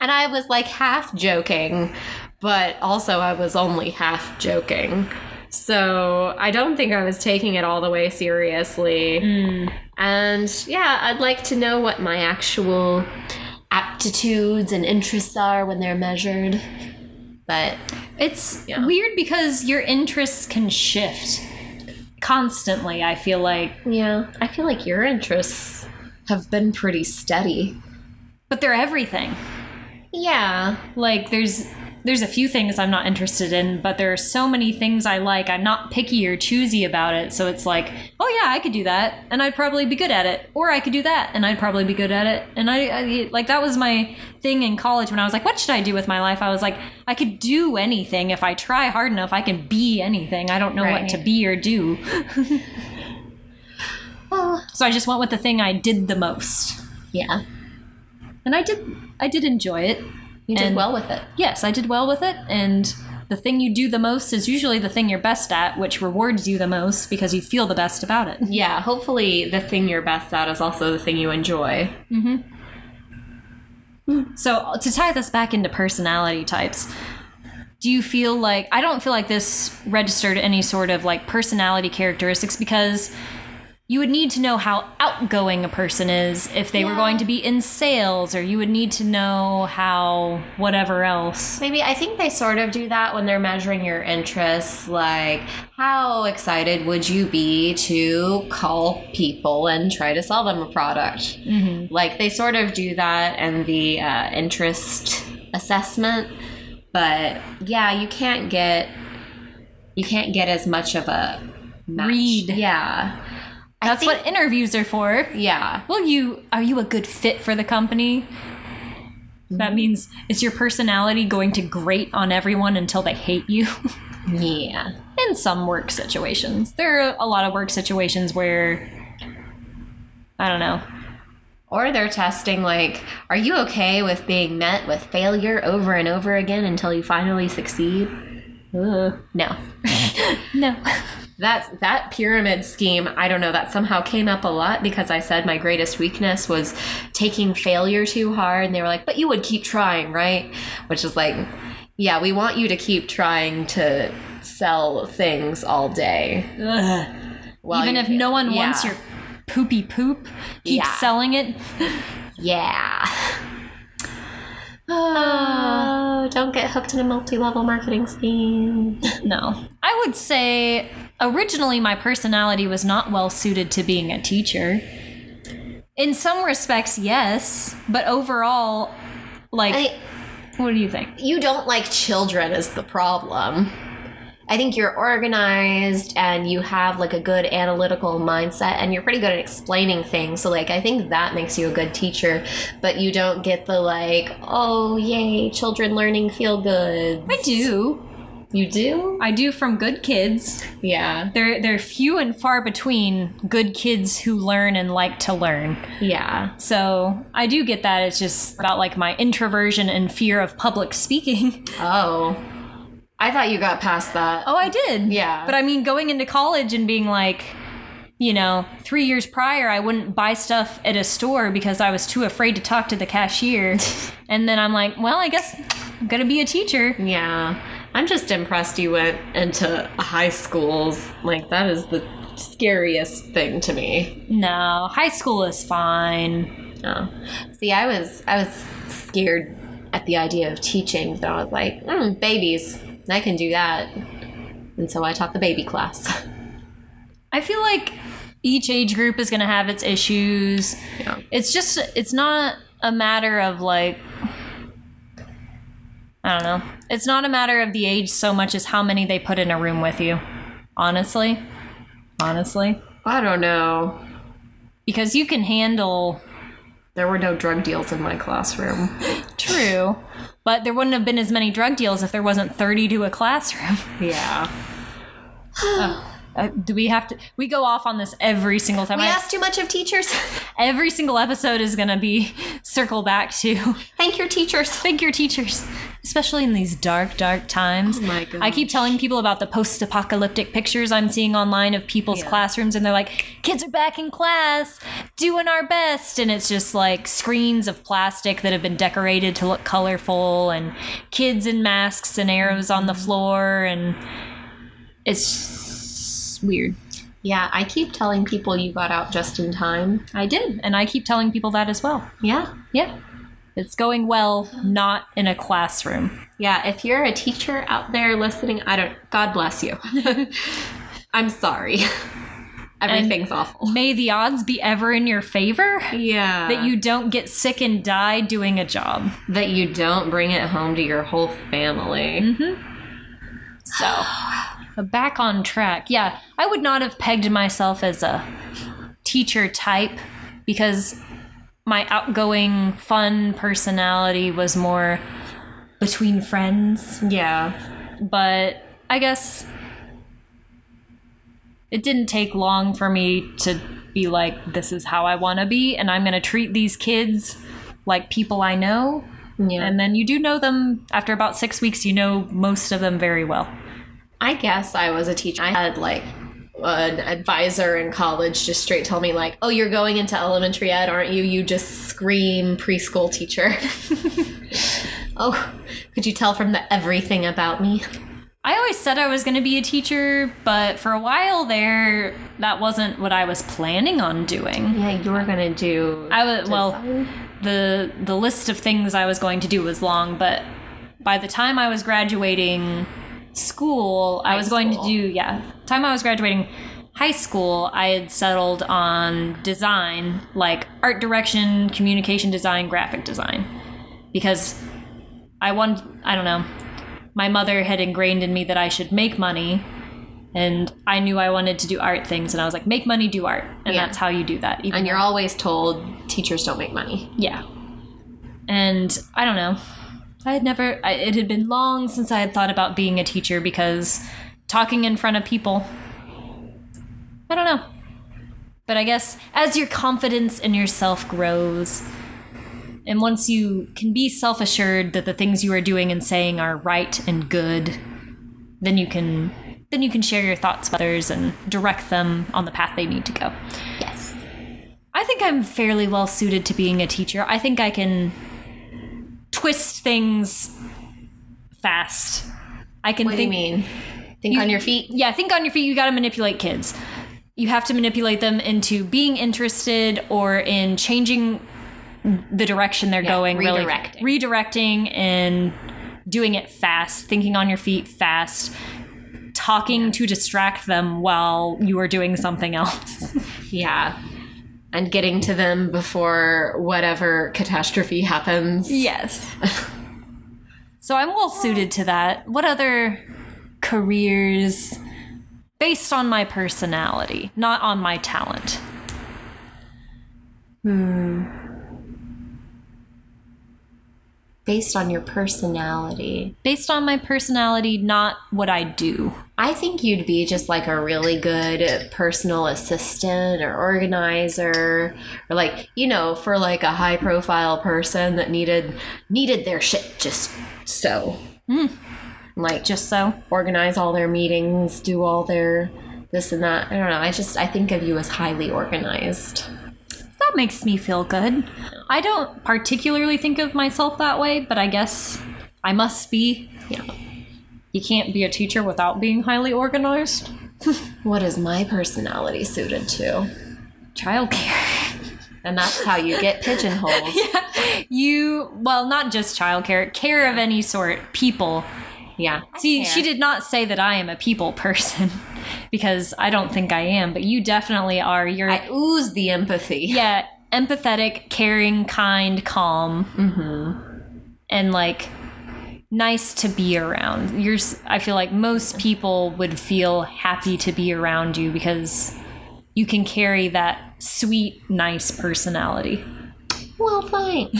[SPEAKER 1] and I was like half joking, but also I was only half joking. So I don't think I was taking it all the way seriously. And yeah, I'd like to know what my actual aptitudes and interests are when they're measured. But
[SPEAKER 2] It's
[SPEAKER 1] Yeah.
[SPEAKER 2] weird because your interests can shift constantly, I feel like.
[SPEAKER 1] yeah, I feel like your interests have been pretty steady.
[SPEAKER 2] But they're everything.
[SPEAKER 1] Yeah,
[SPEAKER 2] Like there's there's a few things I'm not interested in, but there are so many things I like. I'm not picky or choosy about it, so it's like, oh yeah, I could do that, and I'd probably be good at it, or I could do that, and I'd probably be good at it, and I, I like that was my thing in college when I was like, what should I do with my life? I was like, I could do anything if I try hard enough. I can be anything. I don't know
[SPEAKER 1] Right.
[SPEAKER 2] what to be or do. So I just went with the thing I did the most,
[SPEAKER 1] yeah,
[SPEAKER 2] and I did. I did enjoy it.
[SPEAKER 1] you did
[SPEAKER 2] And-
[SPEAKER 1] well with it.
[SPEAKER 2] yes, I did well with it. And the thing you do the most is usually the thing you're best at, which rewards you the most because you feel the best about
[SPEAKER 1] Mm-hmm.
[SPEAKER 2] it.
[SPEAKER 4] Yeah, hopefully the thing you're best at is also the thing you enjoy.
[SPEAKER 2] So, to tie this back into personality types, do you feel like I don't feel like this registered any sort of like personality characteristics because you would need to know how outgoing a person is if they were going to be in sales, or you would need to know how whatever else.
[SPEAKER 1] Maybe I think they sort of do that when they're measuring your interests. Like, how excited would you be to call people and try to sell them a product? Mm-hmm. Like, they sort of do that and the uh, interest assessment. But yeah, you can't get you can't get as much of a match.
[SPEAKER 2] Read.
[SPEAKER 1] Yeah, I
[SPEAKER 2] That's
[SPEAKER 1] think-
[SPEAKER 2] what interviews are for.
[SPEAKER 1] Yeah,
[SPEAKER 2] Well, you are you a good fit for the company? That
[SPEAKER 1] Mm-hmm.
[SPEAKER 2] means is your personality going to grate on everyone until they hate you?
[SPEAKER 1] yeah.
[SPEAKER 2] In some work situations, there are a lot of work situations where I don't know.
[SPEAKER 1] Or they're testing, like, are you okay with being met with failure over and over again until you finally succeed?
[SPEAKER 2] Ugh.
[SPEAKER 1] No.
[SPEAKER 2] No,
[SPEAKER 1] That's that pyramid scheme. I don't know. That somehow came up a lot because I said my greatest weakness was taking failure too hard. And they were like, but you would keep trying, right? Which is like, yeah, we want you to keep trying to sell things all day.
[SPEAKER 2] Ugh.
[SPEAKER 1] while
[SPEAKER 2] even
[SPEAKER 1] you-
[SPEAKER 2] if no one
[SPEAKER 1] yeah.
[SPEAKER 2] wants your poopy poop, keep
[SPEAKER 1] Yeah.
[SPEAKER 2] selling it.
[SPEAKER 1] Yeah.
[SPEAKER 2] Uh,
[SPEAKER 1] Oh, don't get hooked in a multi level marketing scheme.
[SPEAKER 2] no, I would say originally my personality was not well suited to being a teacher. In some respects, yes, but overall, like,
[SPEAKER 1] I,
[SPEAKER 2] what do you think?
[SPEAKER 1] you don't like children is the problem. I think you're organized and you have like a good analytical mindset and you're pretty good at explaining things. So like I think that makes you a good teacher, but you don't get the like, oh yay, children learning feel good.
[SPEAKER 2] I do.
[SPEAKER 1] You do?
[SPEAKER 2] I do from good kids.
[SPEAKER 1] Yeah.
[SPEAKER 2] They're they're few and far between good kids who learn and like to learn.
[SPEAKER 1] Yeah.
[SPEAKER 2] So I do get that. It's just about like my introversion and fear of public speaking.
[SPEAKER 1] Oh. I thought you got past that.
[SPEAKER 2] Oh, I did.
[SPEAKER 1] Yeah.
[SPEAKER 2] But I mean, going into college and being like, you know, three years prior, I wouldn't buy stuff at a store because I was too afraid to talk to the cashier. and then I'm like, well, I guess I'm going to be a teacher.
[SPEAKER 1] Yeah. I'm just impressed you went into high schools. Like that is the scariest thing to me.
[SPEAKER 2] No, high school is fine.
[SPEAKER 1] Oh, see, I was I was scared at the idea of teaching, but I was like, mm, babies, I can do that, and so I taught the baby class.
[SPEAKER 2] I feel like each age group is going to have its issues.
[SPEAKER 1] Yeah.
[SPEAKER 2] It's just, it's not a matter of like, I don't know. It's not a matter of the age so much as how many they put in a room with you. Honestly. Honestly.
[SPEAKER 4] I don't know.
[SPEAKER 2] Because you can handle
[SPEAKER 4] There were no drug deals in my classroom.
[SPEAKER 2] true, but there wouldn't have been as many drug deals if there wasn't 30 to a classroom.
[SPEAKER 4] Yeah.
[SPEAKER 2] Uh, do we have to we go off on this every single time.
[SPEAKER 1] We
[SPEAKER 2] I-
[SPEAKER 1] ask too much of teachers.
[SPEAKER 2] every single episode is going to be circle back to
[SPEAKER 1] Thank your teachers.
[SPEAKER 2] thank your teachers, especially in these dark, dark times. Oh
[SPEAKER 4] my gosh.
[SPEAKER 2] I keep telling people about the post apocalyptic pictures I'm seeing online of people's classrooms, and they're like, kids are back in class, doing our best. And it's just like screens of plastic that have been decorated to look colorful, and kids in masks and arrows on the
[SPEAKER 4] Mm-hmm.
[SPEAKER 2] floor, and it's weird.
[SPEAKER 1] Yeah, I keep telling people you got out just in time.
[SPEAKER 2] I did, and I keep telling people that as well.
[SPEAKER 1] Yeah.
[SPEAKER 2] Yeah. It's going well, not in a classroom.
[SPEAKER 1] Yeah, if you're a teacher out there listening, I don't God bless you. I'm sorry. Everything's awful.
[SPEAKER 2] May the odds be ever in your favor
[SPEAKER 4] Yeah.
[SPEAKER 2] that you don't get sick and die doing a job.
[SPEAKER 4] that you don't bring it home to your whole family.
[SPEAKER 1] Mm-hmm.
[SPEAKER 2] So, but back on track. Yeah, I would not have pegged myself as a teacher type because my outgoing, fun personality was more between friends.
[SPEAKER 4] Yeah.
[SPEAKER 2] But I guess it didn't take long for me to be like, this is how I want to be, and I'm going to treat these kids like people I know.
[SPEAKER 1] Yeah.
[SPEAKER 2] And then you do know them after about six weeks, you know most of them very well.
[SPEAKER 1] I guess I was a teacher. I had like an advisor in college just straight tell me like, "Oh, you're going into elementary ed, aren't you? You just scream preschool teacher." oh, could you tell from the everything about me?
[SPEAKER 2] I always said I was going to be a teacher, but for a while there, that wasn't what I was planning on doing.
[SPEAKER 1] Yeah, you're going to do
[SPEAKER 2] I was, well, the the list of things I was going to do was long, but by the time I was graduating school, I was going to
[SPEAKER 1] school.
[SPEAKER 2] do yeah. Time I was graduating high school, I had settled on design, like art direction, communication design, graphic design, because I wanted I don't know. My mother had ingrained in me that I should make money. And I knew I wanted to do art things, and I was like, make money, do art. And
[SPEAKER 1] Yeah.
[SPEAKER 2] that's how you do that. even
[SPEAKER 1] and you're always told teachers don't make money.
[SPEAKER 2] yeah. And I don't know. I had never, I, it had been long since I had thought about being a teacher because talking in front of people, I don't know. But I guess as your confidence in yourself grows, and once you can be self assured that the things you are doing and saying are right and good, then you can then you can share your thoughts with others and direct them on the path they need to go.
[SPEAKER 1] Yes.
[SPEAKER 2] I think I'm fairly well suited to being a teacher. I think I can twist things fast. I can
[SPEAKER 1] What do you
[SPEAKER 2] think.
[SPEAKER 1] mean? Think on your feet?
[SPEAKER 2] Yeah, think on your feet. You got to manipulate kids. You have to manipulate them into being interested or in changing the direction they're going.
[SPEAKER 1] redirecting.
[SPEAKER 2] Really, redirecting and doing it fast. Thinking on your feet fast. Talking to distract them while you are doing something else.
[SPEAKER 4] Yeah. And getting to them before whatever catastrophe happens.
[SPEAKER 2] Yes. so I'm well suited to that. What other careers based on my personality, not on my talent?
[SPEAKER 1] Based on your personality.
[SPEAKER 2] Based on my personality, not what I do.
[SPEAKER 1] I think you'd be just like a really good personal assistant or organizer or like, you know, for like a high profile person that needed needed their shit just so. Like just
[SPEAKER 2] Just so.
[SPEAKER 1] organize all their meetings, do all their this and that. I don't know. I just I think of you as highly organized.
[SPEAKER 2] That makes me feel good. I don't particularly think of myself that way, but I guess I must be.
[SPEAKER 1] Yeah.
[SPEAKER 2] You can't be a teacher without being highly organized.
[SPEAKER 1] What is my personality suited to?
[SPEAKER 2] Childcare.
[SPEAKER 1] And that's how you get pigeonholed.
[SPEAKER 2] you, well, not just childcare, care of any sort, people.
[SPEAKER 1] Yeah.
[SPEAKER 2] See, she did not say that I am a people person because I don't think I am, but you definitely are. You're,
[SPEAKER 1] I ooze the empathy.
[SPEAKER 2] yeah, empathetic, caring, kind, calm. Mm-hmm. And like, nice to be around. You're s- I feel like most people would feel happy to be around you because you can carry that sweet, nice personality.
[SPEAKER 1] Well, thanks.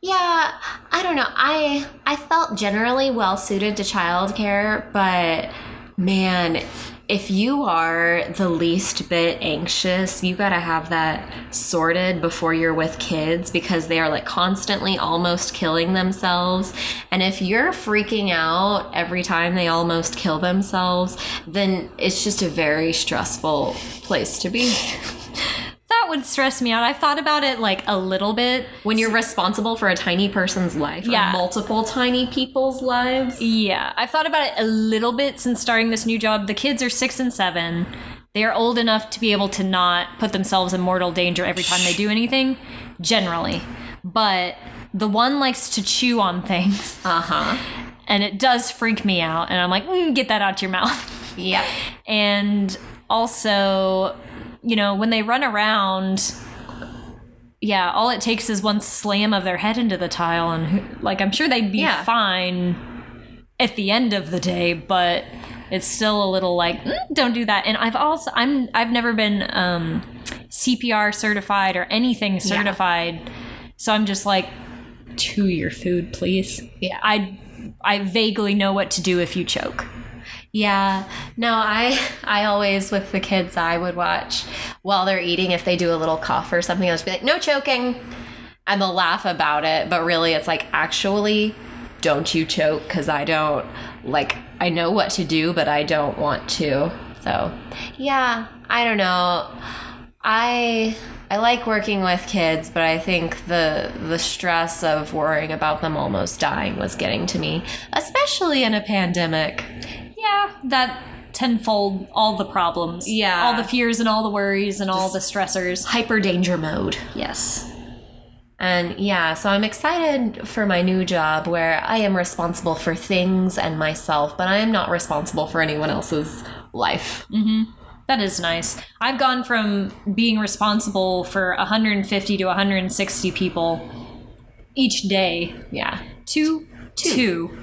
[SPEAKER 1] yeah, I don't know. I I felt generally well suited to childcare, but man, if you are the least bit anxious, you got to have that sorted before you're with kids because they are like constantly almost killing themselves. And if you're freaking out every time they almost kill themselves, then it's just a very stressful place to be.
[SPEAKER 2] That would stress me out. I've thought about it like a little bit.
[SPEAKER 1] when you're responsible for a tiny person's life
[SPEAKER 2] Yeah.
[SPEAKER 1] or multiple tiny people's lives
[SPEAKER 2] Yeah, I've thought about it a little bit since starting this new job. The kids are six and seven. They are old enough to be able to not put themselves in mortal danger every time they do anything, generally. But the one likes to chew on things,
[SPEAKER 1] uh-huh
[SPEAKER 2] and it does freak me out. And I'm like, mm, get that out your mouth.
[SPEAKER 1] yeah
[SPEAKER 2] And also, you know, when they run around, yeah, all it takes is one slam of their head into the tile, and who- like I'm sure they'd be
[SPEAKER 1] Yeah.
[SPEAKER 2] fine at the end of the day, but it's still a little like "Mm, don't do that. And I've also I'm I've never been um, CPR certified or anything certified, so I'm just like chew your food, please.
[SPEAKER 1] Yeah.
[SPEAKER 2] I I vaguely know what to do if you choke.
[SPEAKER 1] yeah no i i always with the kids i would watch while they're eating if they do a little cough or something i'll just be like no choking and they'll laugh about it but really it's like actually don't you choke because i don't like i know what to do but i don't want to so yeah i don't know I I like working with kids, but I think the the stress of worrying about them almost dying was getting to me, especially in a pandemic.
[SPEAKER 2] Yeah, that tenfold all the problems.
[SPEAKER 1] Yeah.
[SPEAKER 2] All the fears and all the worries and all the stressors.
[SPEAKER 1] Hyper danger mode.
[SPEAKER 2] Yes.
[SPEAKER 1] And yeah, so I'm excited for my new job where I am responsible for things and myself, but I am not responsible for anyone else's life.
[SPEAKER 2] That is nice. I've gone from being responsible for 150 to 160 people each day
[SPEAKER 1] Yeah.
[SPEAKER 2] to two.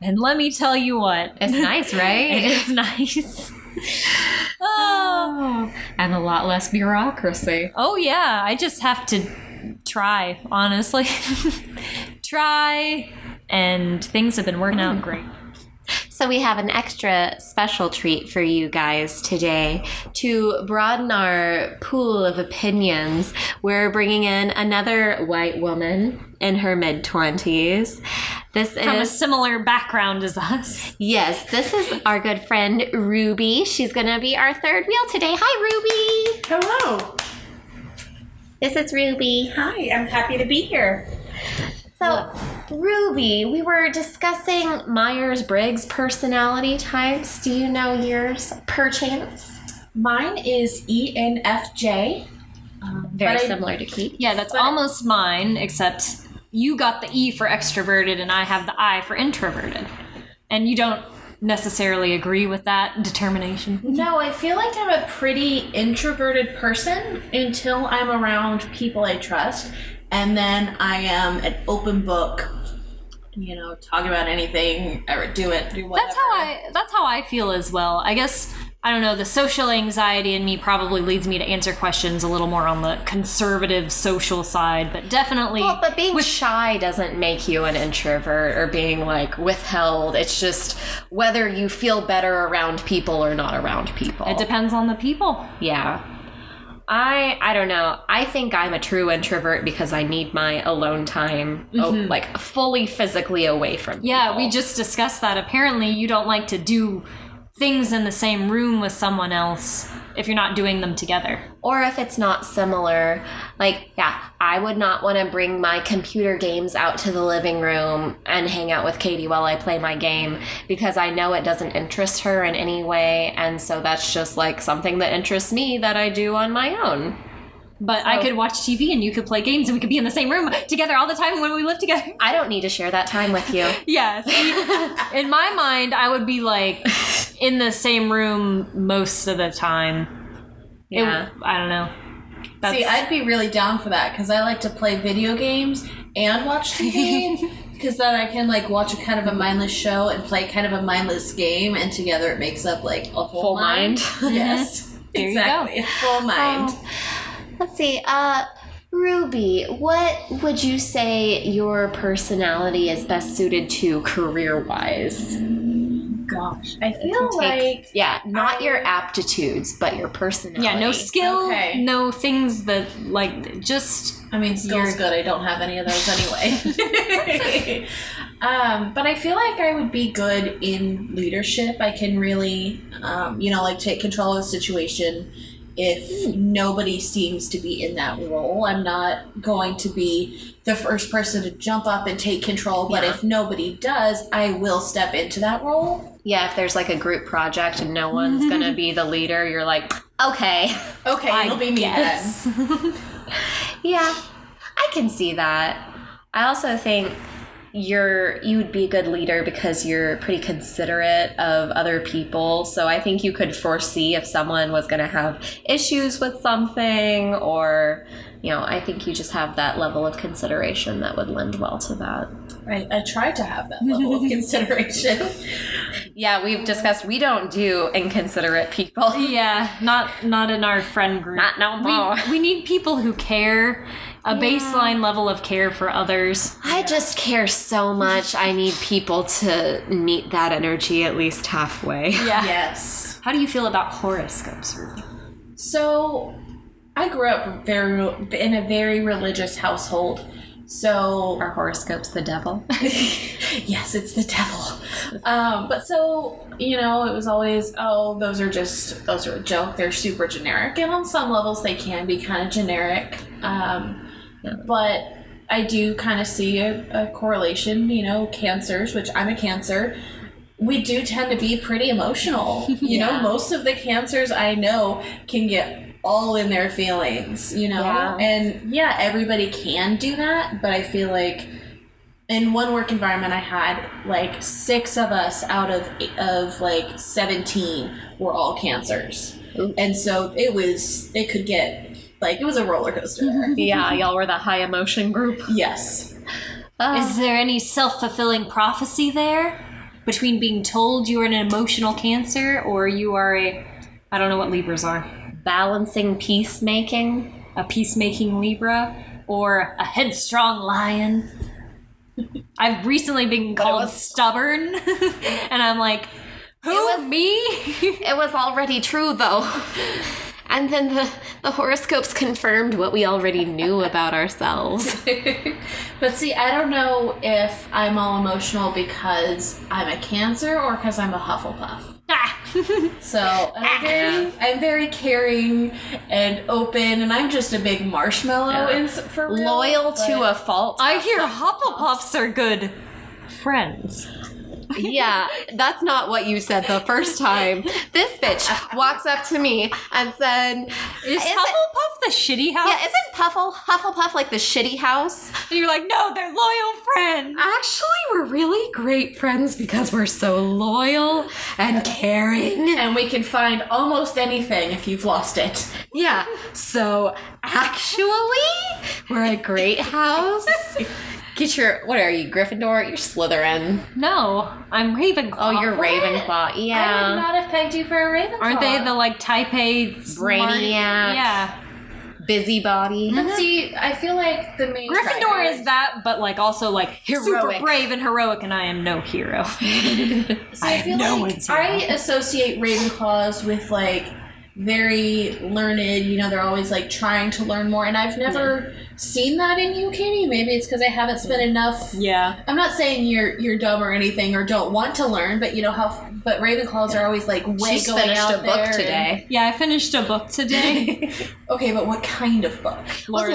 [SPEAKER 2] And let me tell you what,
[SPEAKER 1] It's nice,
[SPEAKER 2] it
[SPEAKER 1] right?
[SPEAKER 2] is nice. oh.
[SPEAKER 1] and a lot less bureaucracy.
[SPEAKER 2] oh, yeah. I just have to try, honestly. try. And things have been working out great.
[SPEAKER 1] So, we have an extra special treat for you guys today. To broaden our pool of opinions, we're bringing in another white woman in her mid 20s. This
[SPEAKER 2] from a
[SPEAKER 1] is,
[SPEAKER 2] similar background as us.
[SPEAKER 1] yes, this is our good friend Ruby. She's going to be our third wheel today. Hi, Ruby.
[SPEAKER 5] Hello.
[SPEAKER 1] This is Ruby.
[SPEAKER 5] Hi, I'm happy to be here.
[SPEAKER 1] So, Ruby, we were discussing Myers Briggs personality types. Do you know yours perchance?
[SPEAKER 5] Mine is E ENFJ.
[SPEAKER 1] Very
[SPEAKER 5] But I-
[SPEAKER 1] similar to Keith.
[SPEAKER 2] Yeah, that's almost mine, except you got the E for extroverted and I have the I for introverted. And you don't necessarily agree with that determination.
[SPEAKER 5] No, I feel like I'm a pretty introverted person until I'm around people I trust, and then I am an open book. You know, talk about anything, or do it, do whatever.
[SPEAKER 2] That's how I that's how I feel as well. I guess I don't know, the social anxiety in me probably leads me to answer questions a little more on the conservative social side, but definitely
[SPEAKER 1] Well, but being shy doesn't make you an introvert or being like withheld. It's just whether you feel better around people or not around people.
[SPEAKER 2] it depends on the people.
[SPEAKER 1] yeah. I I don't know. I think I'm a true introvert because I need my alone time, oh, like fully physically away from.
[SPEAKER 2] Mm-hmm. Yeah,
[SPEAKER 1] people.
[SPEAKER 2] we just discussed that. Apparently, you don't like to do things in the same room with someone else if you're not doing them together.
[SPEAKER 1] or if it's not similar like yeah i would not want to bring my computer games out to the living room and hang out with katie while i play my game because i know it doesn't interest her in any way and so that's just like something that interests me that i do on my own
[SPEAKER 2] But I could watch TV and you could play games and we could be in the same room together all the time when we live together.
[SPEAKER 1] i don't need to share that time with you
[SPEAKER 2] Yeah. See, in my mind, I would be like in the same room most of the time. It-
[SPEAKER 1] Yeah.
[SPEAKER 2] I don't know. That's,
[SPEAKER 5] See, I'd be really down for that because I like to play video games and watch TV. Because then I can like watch a kind of a mindless show and play kind of a mindless game, and together it makes up like a full,
[SPEAKER 2] Full mind.
[SPEAKER 5] yes,
[SPEAKER 2] There you go. Oh,
[SPEAKER 5] exactly, a full mind.
[SPEAKER 1] Let's see. Uh, Ruby, what would you say your personality is best suited to career wise?
[SPEAKER 5] Gosh, I feel like
[SPEAKER 1] Yeah, not your aptitudes, but your personality.
[SPEAKER 2] Um, Yeah, no skill,
[SPEAKER 5] Okay.
[SPEAKER 2] no things that like just
[SPEAKER 5] I mean, skill's
[SPEAKER 2] You're-
[SPEAKER 5] good. I don't have any of those anyway. um, but I feel like I would be good in leadership. I can really, um, you know, like take control of the situation. If nobody seems to be in that role, I'm not going to be the first person to jump up and take control. But
[SPEAKER 1] Yeah.
[SPEAKER 5] if nobody does, I will step into that role.
[SPEAKER 1] Yeah, if there's like a group project and no one's gonna be the leader, you're like, okay.
[SPEAKER 5] Okay,
[SPEAKER 2] I
[SPEAKER 5] it'll be
[SPEAKER 2] guess.
[SPEAKER 5] me then.
[SPEAKER 1] Yeah, I can see that. I also think you're you would be a good leader because you're pretty considerate of other people. So I think you could foresee if someone was going to have issues with something or you know, I think you just have that level of consideration that would lend well to that.
[SPEAKER 5] I, I try to have that level of consideration.
[SPEAKER 1] Yeah, we've discussed we don't do inconsiderate people.
[SPEAKER 2] yeah, not not in our friend group.
[SPEAKER 1] Not no more.
[SPEAKER 2] We, we need people who care, a baseline level of care for others.
[SPEAKER 4] I just care so much. I need people to meet that energy at least halfway.
[SPEAKER 2] Yeah.
[SPEAKER 5] yes.
[SPEAKER 2] How do you feel about horoscopes, Ruby?
[SPEAKER 5] So, I grew up very in a very religious household. So,
[SPEAKER 1] Our horoscope's the devil.
[SPEAKER 5] yes, it's the devil. Um, but so you know, it was always oh, those are just those are a joke. They're super generic, and on some levels they can be kind of generic. Um, But I do kind of see a, a correlation. You know, cancers, which I'm a cancer. We do tend to be pretty emotional. You know, most of the cancers I know can get all in their feelings, you know?
[SPEAKER 1] Yeah.
[SPEAKER 5] And yeah, everybody can do that, but I feel like in one work environment I had, like six of us out of of like seventeen were all cancers, and so it was it could get like it was a roller coaster. there.
[SPEAKER 1] yeah,
[SPEAKER 4] Mm-hmm.
[SPEAKER 1] y'all were the high emotion group.
[SPEAKER 5] yes,
[SPEAKER 2] Is there any self fulfilling prophecy there between being told you are an emotional cancer or you are a, I don't know what Libras are,
[SPEAKER 1] Balancing peacemaking.
[SPEAKER 2] a peacemaking Libra or a headstrong lion? I've recently been called stubborn, and I'm like, who me?
[SPEAKER 4] It was already true, though. And then the, the horoscopes confirmed what we already knew about ourselves.
[SPEAKER 5] but see, I don't know if I'm all emotional because I'm a cancer or because I'm a Hufflepuff.
[SPEAKER 2] Ah.
[SPEAKER 5] So and I'm very, I'm very caring and open, and I'm just a big marshmallow.
[SPEAKER 1] Yeah.
[SPEAKER 5] In, for real,
[SPEAKER 1] Loyal to
[SPEAKER 5] but-
[SPEAKER 1] a fault.
[SPEAKER 2] I hear Hufflepuffs are good friends.
[SPEAKER 4] yeah, that's not what you said the first time. This bitch walks up to me and said,
[SPEAKER 2] Is,
[SPEAKER 4] Is it-
[SPEAKER 2] Hufflepuff the shitty house?
[SPEAKER 4] Yeah, isn't Puffle Hufflepuff like the shitty house?
[SPEAKER 2] and you're like, no, they're loyal friends.
[SPEAKER 4] Actually, we're really great friends because we're so loyal and caring.
[SPEAKER 5] and we can find almost anything if you've lost it.
[SPEAKER 4] Yeah, so actually, we're a great house.
[SPEAKER 1] Get your what are you, Gryffindor? You're Slytherin.
[SPEAKER 2] No, I'm Ravenclaw.
[SPEAKER 1] Oh, you're Ravenclaw.
[SPEAKER 5] I would
[SPEAKER 1] Yeah.
[SPEAKER 5] not have pegged you for a Ravenclaw.
[SPEAKER 2] Aren't they the like type A smart-
[SPEAKER 1] Brainiac.
[SPEAKER 2] Yeah,
[SPEAKER 1] Busybody.
[SPEAKER 5] But see, I feel like the main
[SPEAKER 2] Gryffindor
[SPEAKER 5] driver-
[SPEAKER 2] is that, but like also like super
[SPEAKER 1] Heroic.
[SPEAKER 2] brave and heroic, and I am no hero.
[SPEAKER 5] So I, feel
[SPEAKER 2] no
[SPEAKER 5] like
[SPEAKER 2] idea.
[SPEAKER 5] I associate Ravenclaws with like very learned. You know, they're always like trying to learn more, and I've never seen that in you, Katie. Maybe it's because I haven't spent enough
[SPEAKER 2] yeah,
[SPEAKER 5] I'm not saying you're you're dumb or anything or don't want to learn, but you know how. But Ravenclaws are always like way
[SPEAKER 1] She's
[SPEAKER 5] going
[SPEAKER 1] finished
[SPEAKER 5] out
[SPEAKER 1] a book
[SPEAKER 5] there and-
[SPEAKER 1] today.
[SPEAKER 2] yeah. I finished a book today.
[SPEAKER 5] okay, but what kind of book?
[SPEAKER 2] Lord,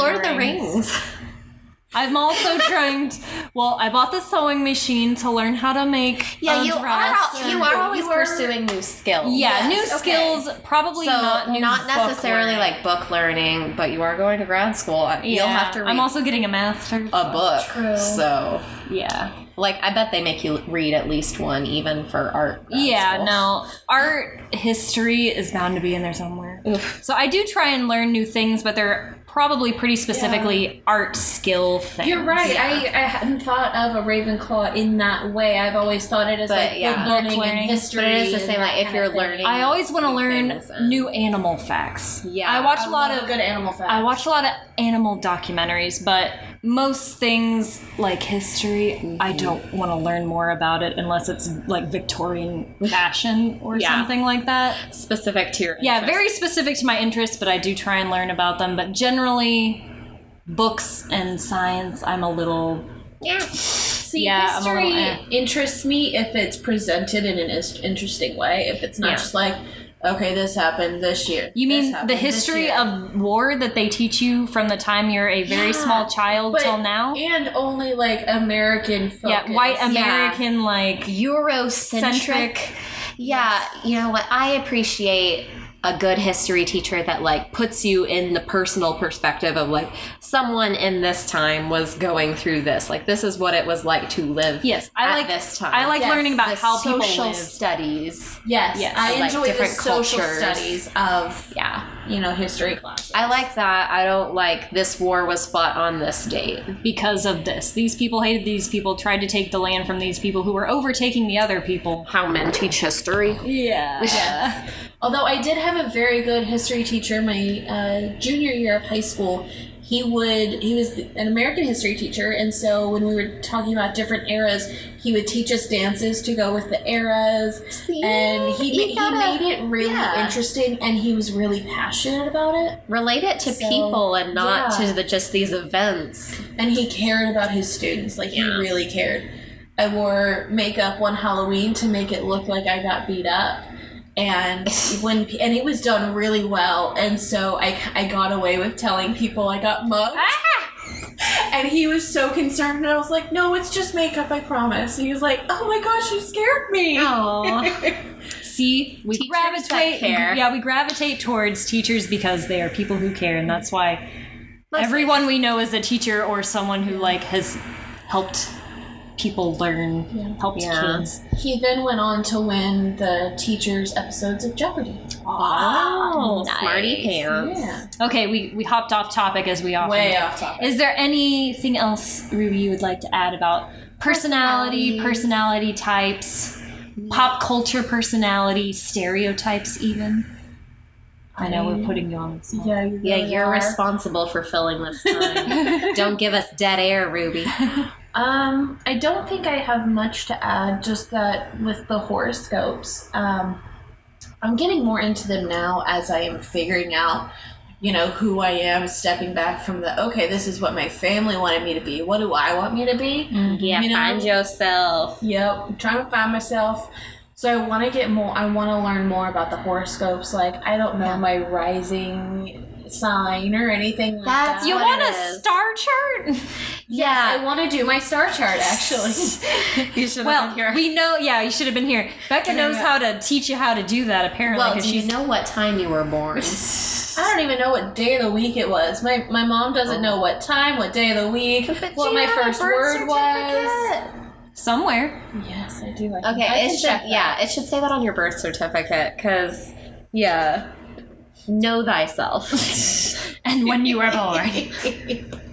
[SPEAKER 2] I'm also trying. To, well, I bought the sewing machine to learn how to make.
[SPEAKER 1] Yeah,
[SPEAKER 2] a
[SPEAKER 1] you are
[SPEAKER 2] Um, dress
[SPEAKER 1] al-
[SPEAKER 2] and-
[SPEAKER 1] you are always
[SPEAKER 5] You are-
[SPEAKER 1] pursuing new skills.
[SPEAKER 2] Yeah, new
[SPEAKER 5] Yes, okay.
[SPEAKER 2] skills. Probably
[SPEAKER 1] So
[SPEAKER 2] not
[SPEAKER 1] not,
[SPEAKER 2] new book
[SPEAKER 1] necessarily
[SPEAKER 2] learning.
[SPEAKER 1] like book learning, but you are going to grad school. You'll
[SPEAKER 2] Yeah,
[SPEAKER 1] have to read
[SPEAKER 2] I'm also getting a master's.
[SPEAKER 1] a book.
[SPEAKER 5] True.
[SPEAKER 1] So
[SPEAKER 2] yeah.
[SPEAKER 1] like I bet they make you read at least one, even for art. grad
[SPEAKER 2] yeah,
[SPEAKER 1] school.
[SPEAKER 2] no. Art history is bound to be in there somewhere. sure. So I do try and learn new things, but they're probably pretty specifically art skill things.
[SPEAKER 5] You're right. I, I hadn't thought of a Ravenclaw in that way. I've always thought it as
[SPEAKER 1] But,
[SPEAKER 5] like
[SPEAKER 1] yeah.
[SPEAKER 5] good learning,
[SPEAKER 2] Book learning.
[SPEAKER 5] and history.
[SPEAKER 1] But it is the same.
[SPEAKER 5] and that
[SPEAKER 1] Like if
[SPEAKER 5] kind
[SPEAKER 1] you're
[SPEAKER 5] of thing.
[SPEAKER 1] learning,
[SPEAKER 2] I always want to
[SPEAKER 1] new
[SPEAKER 2] learn
[SPEAKER 1] things and-
[SPEAKER 2] new animal facts.
[SPEAKER 1] Yeah,
[SPEAKER 2] I watch
[SPEAKER 5] I
[SPEAKER 2] a lot
[SPEAKER 5] love
[SPEAKER 2] of
[SPEAKER 5] good animal facts.
[SPEAKER 2] I watch a lot of animal documentaries, but most things like history, I don't want to learn more about it unless it's like Victorian fashion or
[SPEAKER 1] Yeah.
[SPEAKER 2] something like that.
[SPEAKER 1] specific to your.
[SPEAKER 2] Yeah,
[SPEAKER 1] interest.
[SPEAKER 2] very specific to my interests, but I do try and learn about them. But generally, books and science, I'm a little.
[SPEAKER 1] Yeah.
[SPEAKER 5] See,
[SPEAKER 2] Yeah, I'm a
[SPEAKER 5] history
[SPEAKER 2] little eh.
[SPEAKER 5] interests me if it's presented in an is- interesting way. If it's not
[SPEAKER 1] Yeah.
[SPEAKER 5] just like, okay, this happened this year.
[SPEAKER 2] You
[SPEAKER 5] this
[SPEAKER 2] mean
[SPEAKER 5] happened
[SPEAKER 2] the
[SPEAKER 5] this
[SPEAKER 2] history
[SPEAKER 5] year.
[SPEAKER 2] of war that they teach you from the time you're a very
[SPEAKER 1] Yeah,
[SPEAKER 2] small child
[SPEAKER 5] But-
[SPEAKER 2] till now?
[SPEAKER 5] and only like American. Focus.
[SPEAKER 2] Yeah, white American like
[SPEAKER 1] Eurocentric.
[SPEAKER 2] centric.
[SPEAKER 1] Yeah, you know what? I appreciate a good history teacher that like puts you in the personal perspective of like someone in this time was going through this. Like this is what it was like to live.
[SPEAKER 2] Yes, I
[SPEAKER 1] at
[SPEAKER 2] like
[SPEAKER 1] this time.
[SPEAKER 2] I like
[SPEAKER 5] Yes,
[SPEAKER 2] learning about
[SPEAKER 1] the
[SPEAKER 2] how people
[SPEAKER 1] social
[SPEAKER 2] live.
[SPEAKER 1] studies.
[SPEAKER 5] Yes,
[SPEAKER 2] Yes,
[SPEAKER 5] I
[SPEAKER 1] like
[SPEAKER 5] enjoy the
[SPEAKER 1] different
[SPEAKER 5] social
[SPEAKER 1] cultures.
[SPEAKER 5] studies of
[SPEAKER 1] Yeah,
[SPEAKER 5] you know history classes.
[SPEAKER 1] I like that. I don't like this war was fought on this date.
[SPEAKER 2] because of this. These people hated these people, tried to take the land from these people who were overtaking the other people.
[SPEAKER 1] How men teach history.
[SPEAKER 2] Yeah. yeah.
[SPEAKER 5] Although I did have a very good history teacher my uh, junior year of high school. He would he was an American history teacher, and so when we were talking about different eras, he would teach us dances to go with the eras.
[SPEAKER 1] See?
[SPEAKER 5] And he,
[SPEAKER 1] You
[SPEAKER 5] ma-
[SPEAKER 1] gotta-
[SPEAKER 5] he made it really
[SPEAKER 1] yeah.
[SPEAKER 5] interesting, and he was really passionate about it.
[SPEAKER 1] Relate it to
[SPEAKER 5] So,
[SPEAKER 1] people and not
[SPEAKER 5] yeah.
[SPEAKER 1] to the, just these events.
[SPEAKER 5] and he cared about his students. Like he
[SPEAKER 1] Yeah.
[SPEAKER 5] really cared. I wore makeup one Halloween to make it look like I got beat up, and when and it was done really well, and so I I got away with telling people I got mugged.
[SPEAKER 1] Ah!
[SPEAKER 5] And he was so concerned, and I was like, "No, it's just makeup, I promise." And he was like, "Oh my gosh, you scared me!"
[SPEAKER 2] See, we
[SPEAKER 1] Teachers that
[SPEAKER 2] gravitate.
[SPEAKER 1] care.
[SPEAKER 2] Yeah, we gravitate towards teachers because they are people who care, and that's why
[SPEAKER 1] Mostly.
[SPEAKER 2] everyone we know is a teacher or someone who like has helped people learn, helped
[SPEAKER 1] Yeah.
[SPEAKER 2] kids.
[SPEAKER 5] He then went on to win the teachers' episodes of Jeopardy.
[SPEAKER 2] Oh,
[SPEAKER 1] Smarty pants.
[SPEAKER 5] Yeah,
[SPEAKER 2] Okay, we, we hopped off topic as we often
[SPEAKER 5] way
[SPEAKER 2] do.
[SPEAKER 5] off topic.
[SPEAKER 2] Is there anything else, Ruby, you would like to add about personality, personality types, pop culture personality, stereotypes, even? I know we're putting you on the spot.
[SPEAKER 5] yeah, you
[SPEAKER 1] Yeah,
[SPEAKER 5] really
[SPEAKER 1] you're
[SPEAKER 5] are.
[SPEAKER 1] responsible for filling this time. Don't give us dead air, Ruby.
[SPEAKER 5] Um, I don't think I have much to add, just that with the horoscopes, um, I'm getting more into them now as I am figuring out, you know, who I am, stepping back from the, okay, this is what my family wanted me to be. What do I want me to be?
[SPEAKER 1] Yeah,
[SPEAKER 5] You know-
[SPEAKER 1] find yourself.
[SPEAKER 5] Yep, I'm trying to find myself. So I want to get more. I want to learn more about the horoscopes. Like I don't know my rising sign or anything like
[SPEAKER 1] That's
[SPEAKER 5] that.
[SPEAKER 2] You
[SPEAKER 1] What
[SPEAKER 2] want a
[SPEAKER 1] it is.
[SPEAKER 2] star chart?
[SPEAKER 5] I
[SPEAKER 1] Yeah,
[SPEAKER 5] want to do my star chart actually.
[SPEAKER 1] you should
[SPEAKER 2] Well, we know. Yeah, you should have been here. Becca knows
[SPEAKER 5] yeah.
[SPEAKER 2] how to teach you how to do that. Apparently,
[SPEAKER 1] Well,
[SPEAKER 2] 'cause
[SPEAKER 1] do you
[SPEAKER 2] she's-
[SPEAKER 1] know what time you were born?
[SPEAKER 5] I don't even know what day of the week it was. My my mom doesn't know what time, what day of the week, what
[SPEAKER 1] you
[SPEAKER 5] my
[SPEAKER 1] have a
[SPEAKER 5] first
[SPEAKER 1] birth
[SPEAKER 5] word was.
[SPEAKER 2] somewhere.
[SPEAKER 5] Yes, I do. I can- I
[SPEAKER 1] Okay,
[SPEAKER 5] can
[SPEAKER 1] it should.
[SPEAKER 5] check that.
[SPEAKER 1] Yeah, it should say that on your birth certificate, because yeah, know thyself.
[SPEAKER 2] And when you were born.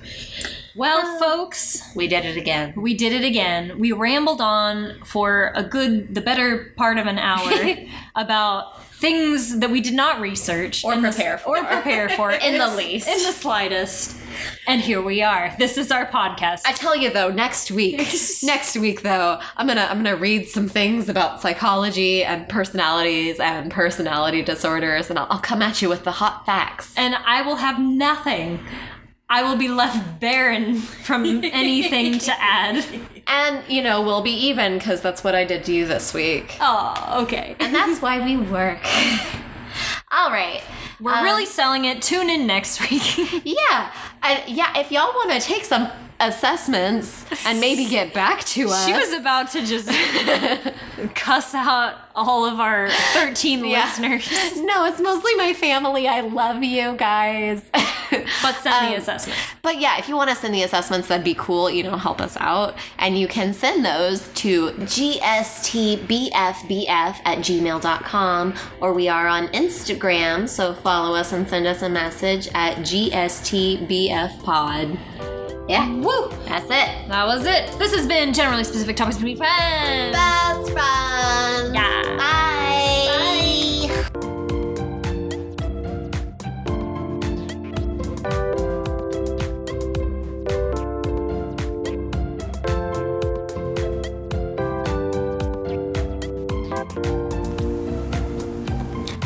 [SPEAKER 2] well, folks.
[SPEAKER 1] we did it again.
[SPEAKER 2] We did it again. We rambled on for a good, the better part of an hour about things that we did not research
[SPEAKER 1] Or
[SPEAKER 2] in the-
[SPEAKER 1] prepare for.
[SPEAKER 2] or prepare for
[SPEAKER 1] In the least.
[SPEAKER 2] in the slightest. And here we are. This is our podcast.
[SPEAKER 1] I tell you though, next week, next week though, I'm gonna I'm gonna read some things about psychology and personalities and personality disorders, and I'll, I'll come at you with the hot facts.
[SPEAKER 2] and I will have nothing. I will be left barren from anything to add.
[SPEAKER 1] And, you know, we'll be even because that's what I did to you this week.
[SPEAKER 2] Oh, okay.
[SPEAKER 1] And that's why we work. All right. Uh,
[SPEAKER 2] We're
[SPEAKER 1] Um,
[SPEAKER 2] really selling it. Tune in next week.
[SPEAKER 1] Yeah. And yeah, if y'all want to take some assessments and maybe get back to us.
[SPEAKER 2] She was about to just cuss out all of our 13
[SPEAKER 1] Yeah.
[SPEAKER 2] listeners.
[SPEAKER 1] No, it's mostly my family. I love you guys.
[SPEAKER 2] But send
[SPEAKER 1] Um,
[SPEAKER 2] the assessment.
[SPEAKER 1] But yeah, if you want to send the assessments, that'd be cool. You know, help us out. And you can send those to gstbfbf at gmail.com or we are on Instagram. So follow us and send us a message at gstbfpod. Yeah. Woo! That's it.
[SPEAKER 2] That was it. This has been generally specific topics between friends.
[SPEAKER 1] Best friends.
[SPEAKER 2] Yeah.
[SPEAKER 1] Bye. Bye.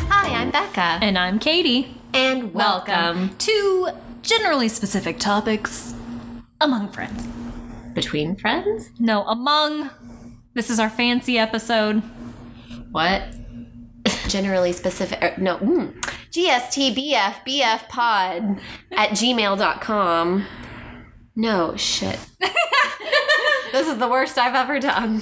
[SPEAKER 1] Hi, I'm Becca.
[SPEAKER 2] And I'm Katie.
[SPEAKER 1] And
[SPEAKER 2] Welcome to generally specific topics among friends.
[SPEAKER 1] Between friends?
[SPEAKER 2] No, among. This is our fancy episode.
[SPEAKER 1] What? Generally specific. Er, no. Mm, GSTBFBF pod at gmail.com. No, shit. this is the worst I've ever done.